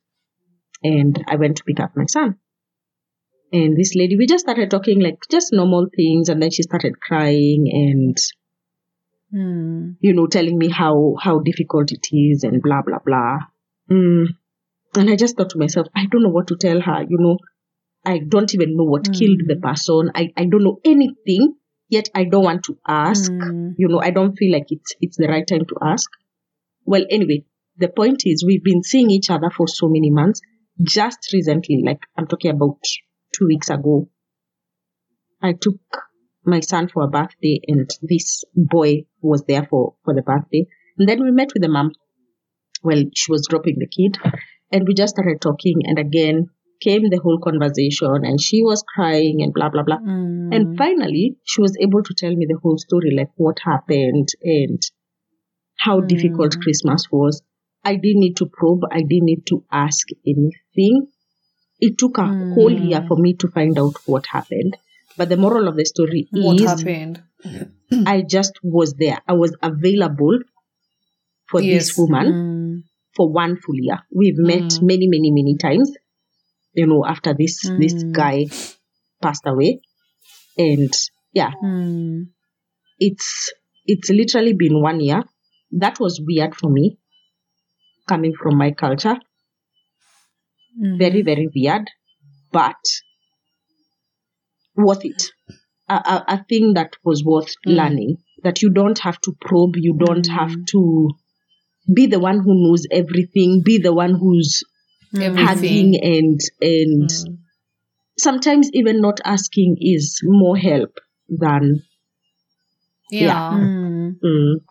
S3: and I went to pick up my son and this lady we just started talking like just normal things and then she started crying and
S2: Mm.
S3: you know telling me how how difficult it is and blah blah blah mm. and i just thought to myself i don't know what to tell her you know i don't even know what killed the person I, I don't know anything yet i don't want to ask
S2: Mm.
S3: you know i don't feel like it's it's the right time to ask well anyway the point is we've been seeing each other for so many months just recently like i'm talking about two weeks ago i took my son for a birthday and this boy was there for for the birthday and then we met with the mom well she was dropping the kid and we just started talking and again came the whole conversation and she was crying and blah blah blah
S2: Mm.
S1: Mm-hmm.
S3: and finally, she was able to tell me the whole story, like what happened and how
S1: Mm-hmm.
S3: difficult Christmas was. I didn't need to probe, I didn't need to ask anything. It took a whole
S1: Mm-hmm.
S3: year for me to find out what happened. But the moral of the story
S1: What
S3: is
S1: happened?
S3: I just was there. I was available for
S1: Yes. Mm-hmm.
S3: this woman
S2: Mm.
S3: for one full year. We've met many, many, many times. You know, after this
S1: Mm.
S3: this guy passed away, and yeah,
S2: Mm.
S3: it's it's literally been one year. That was weird for me, coming from my culture.
S2: Mm.
S3: Very, very weird, but worth it. A, a, a thing that was worth
S1: Hmm.
S3: learning. That you don't have to probe, you don't have to be the one who knows everything, be the one who's
S2: Mm.
S1: Everything. Hmm.
S3: hugging and and
S1: Mm.
S3: sometimes even not asking is more help than
S1: Yeah.
S2: Mm.
S1: Hmm.
S3: mm,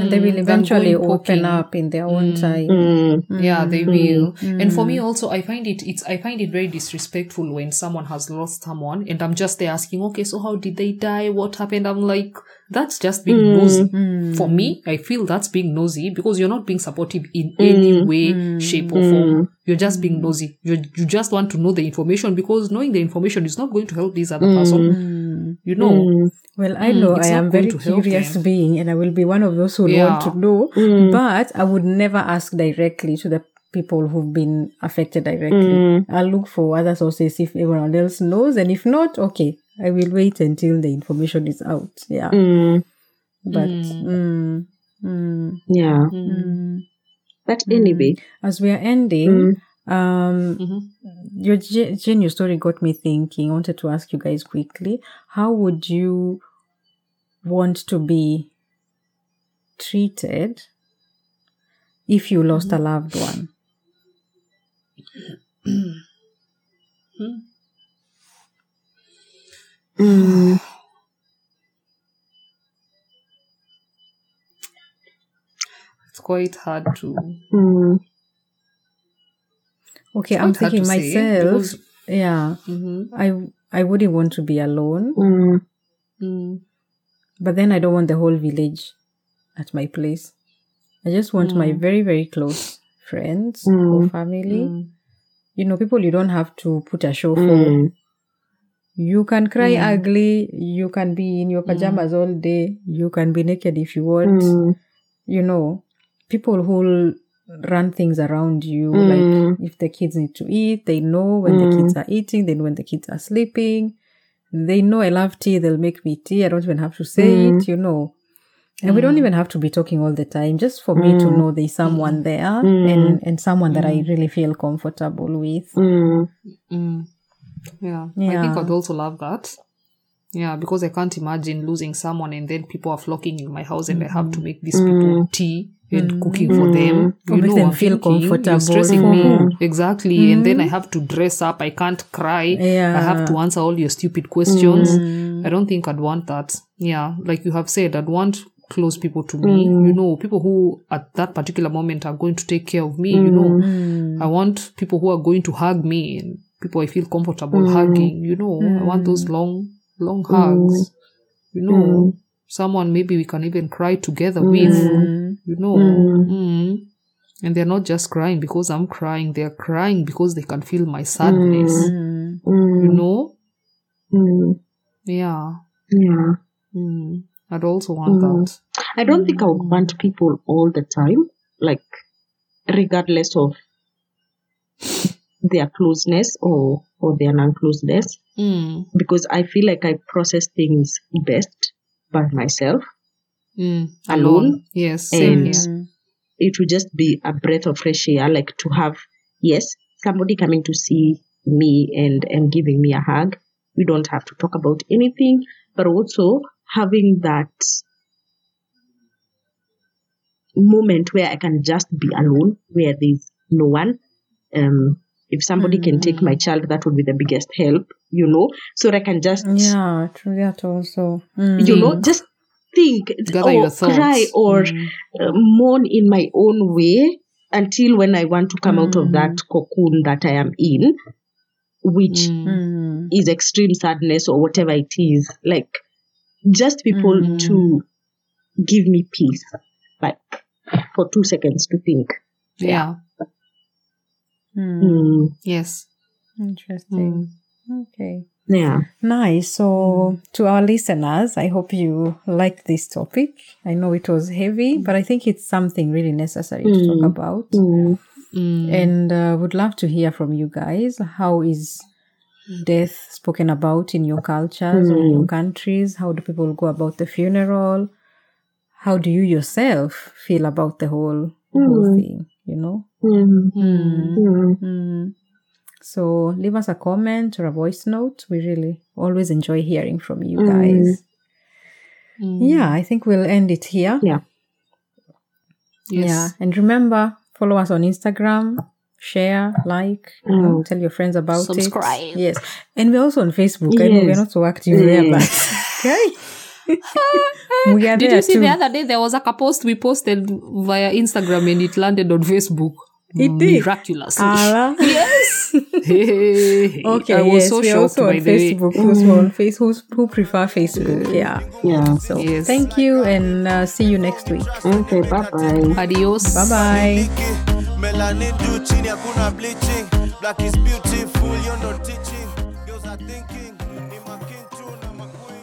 S2: And they will
S1: Mm, than
S2: eventually
S1: going
S2: open
S1: poking.
S2: up in their own time.
S3: mm,
S1: yeah they will and for
S2: Mm.
S1: me also i find it it's i find it very disrespectful when someone has lost someone and i'm just there asking okay so how did they die what happened i'm like that's just being
S3: Mm.
S1: nosy
S2: Mm.
S1: for me i feel that's being nosy because you're not being supportive in
S2: Mm.
S1: any way shape or
S3: mm,
S1: form you're just being nosy you you just want to know the information because knowing the information is not going to help this other person
S2: Mm.
S1: you know
S2: Well, I
S1: Mm,
S2: know
S1: it's
S2: I
S1: not
S2: am
S1: going
S2: very
S1: to help
S2: curious
S1: them.
S2: being, and I will be one of those who
S1: Yeah. Mm.
S2: want to know,
S3: mm,
S2: but I would never ask directly to the people who've been affected directly.
S1: Mm.
S3: mm.
S2: I'll look for other sources if everyone else knows, and if not, okay, I will wait until the information is out. Yeah,
S3: mm,
S2: but
S1: Mm.
S2: mm, mm,
S3: yeah.
S2: mm.
S3: But anyway,
S2: as we are
S1: Mm.
S2: ending, um,
S1: Mhm.
S2: your Jen, Jen, your story got me thinking. I wanted to ask you guys quickly: How would you want to be treated if you lost
S1: Mm-hmm.
S2: a loved one?
S3: mm,
S1: it's quite hard to
S3: mm,
S2: Okay,
S1: It's
S2: I'm
S1: quite hard
S2: thinking
S1: to say,
S2: myself.
S1: because-
S2: yeah,
S1: Mhm.
S2: I I wouldn't want to be alone,
S3: mm,
S1: Mm.
S2: but then I don't want the whole village at my
S1: Mm.
S2: place.
S3: mm,
S2: I just want my very very close friends or family. you know people you don't have to put a show for
S3: Mm.
S2: you can cry
S1: Mm.
S2: ugly you can be in your pajamas all day you can be naked if you want
S3: Mm.
S2: you know people who run things around you
S3: Mm.
S2: like if the kids need to eat they know when the
S3: Mm.
S2: kids are eating then when the kids are sleeping they know i love tea they'll make me tea i don't even have to say
S3: Mm.
S2: it you know and we don't even have to be talking all the time just for me to
S3: Mm.
S2: know there's someone there
S3: Mm.
S2: and and someone that i
S1: Mm.
S2: really feel comfortable with
S3: Mm.
S1: Mm. Yeah. I
S2: Yeah.
S1: think I'd also love that. Yeah, because I can't imagine losing someone and then people are flocking in my house and I have to make these people tea and cooking for them.
S2: Mm. Or make them
S1: I'm
S2: feel
S1: thinking, you-
S2: comfortable. Mm.
S1: You're stressing
S3: Mhm.
S1: me. Exactly. And then I have to dress up. I can't cry. I have to
S2: Yeah.
S1: answer all your stupid questions.
S2: Mm.
S1: I don't think I'd want that. Yeah. Like you have said, I'd want close people to me. You know, people who at that particular moment are going to take care of me, you know.
S2: Mm.
S1: I want people who are going to hug me and people I feel comfortable
S3: Mm.
S1: hugging. You know, I want those long, long hugs.
S3: Mm.
S1: You know, someone maybe we can even cry together with.
S2: Mm.
S1: You know, Mm. and they're not just crying because I'm crying. They're crying because they can feel my sadness.
S2: Mm.
S1: You
S3: Mm.
S1: know,
S3: Mm.
S1: yeah.
S3: Yeah.
S1: Mm. I'd also want
S3: Mm.
S1: that.
S3: I don't think I would want people all the time, like regardless of their closeness or or their non-closeness,
S1: Mm.
S3: because I feel like I process things best by myself.
S1: Mm.
S3: Alone
S1: Yes. Same
S3: and-
S1: here.
S3: It would just be a breath of fresh air, like to have yes somebody coming to see me and and giving me a hug. We don't have to talk about anything, but also having that moment where I can just be alone, where there's no one. Um, if somebody can take
S2: Mm.
S3: my child, that would be the biggest help, you know. So that I can just,
S2: Yeah, true that also. Mm.
S3: you know,
S1: Think.
S3: just think
S1: Gather
S3: or
S1: your thoughts.
S3: oh, cry or
S1: Mm.
S3: uh, mourn in my own way until when I want to come out of that cocoon that I am in, which
S1: Mm.
S2: Mm.
S3: is extreme sadness or whatever it is. Like, just people to give me peace, like for two seconds to think.
S1: Yeah.
S2: Mm.
S3: Mm.
S1: Yes.
S2: Interesting.
S1: Mm.
S2: Okay.
S3: Yeah.
S2: Nice. So, to our listeners, I hope you liked this topic. I know it was heavy, but I think it's something really necessary to talk
S3: Mm.
S2: about.
S3: Mm.
S1: Mm.
S2: And uh, would love to hear from you guys. How is death spoken about in your cultures or in your countries? How do people go about the funeral? How do you yourself feel about the whole, whole thing? You know?
S3: Mm.
S1: Mm.
S3: Mm.
S2: Mm. So leave us a comment or a voice note. We really always enjoy hearing from you
S3: Mm.
S2: guys.
S1: Mm.
S2: Yeah, I think we'll end it here.
S3: Yeah.
S1: Yes.
S2: Yeah. And remember, follow us on Instagram, share, like, you know, tell your friends about it.
S1: Mm. Subscribe.
S2: Yes. And we're also on Facebook. I know we're
S3: Yes.
S2: not so active there, but okay. we are
S1: Did
S2: there
S1: you see
S2: too.
S1: the other day there was like a post we posted via Instagram and it landed on Facebook?
S2: It did.
S1: Miraculously.
S2: Allah.
S1: yes. Hey.
S2: Okay,
S1: I was
S2: yes,
S1: so
S2: we are
S1: shocked
S2: also on
S1: by the way.
S2: Facebook. Who's on face, who's, who prefer Facebook? Yeah.
S3: Yeah.
S2: So
S1: Yes.
S2: thank you and uh, see you next week.
S3: Okay, bye bye.
S1: Adios.
S2: Bye bye.
S4: Miliki, melanin juu chini hakuna bleaching black is beautiful you're not teaching girls are thinking ni making tu na maqueen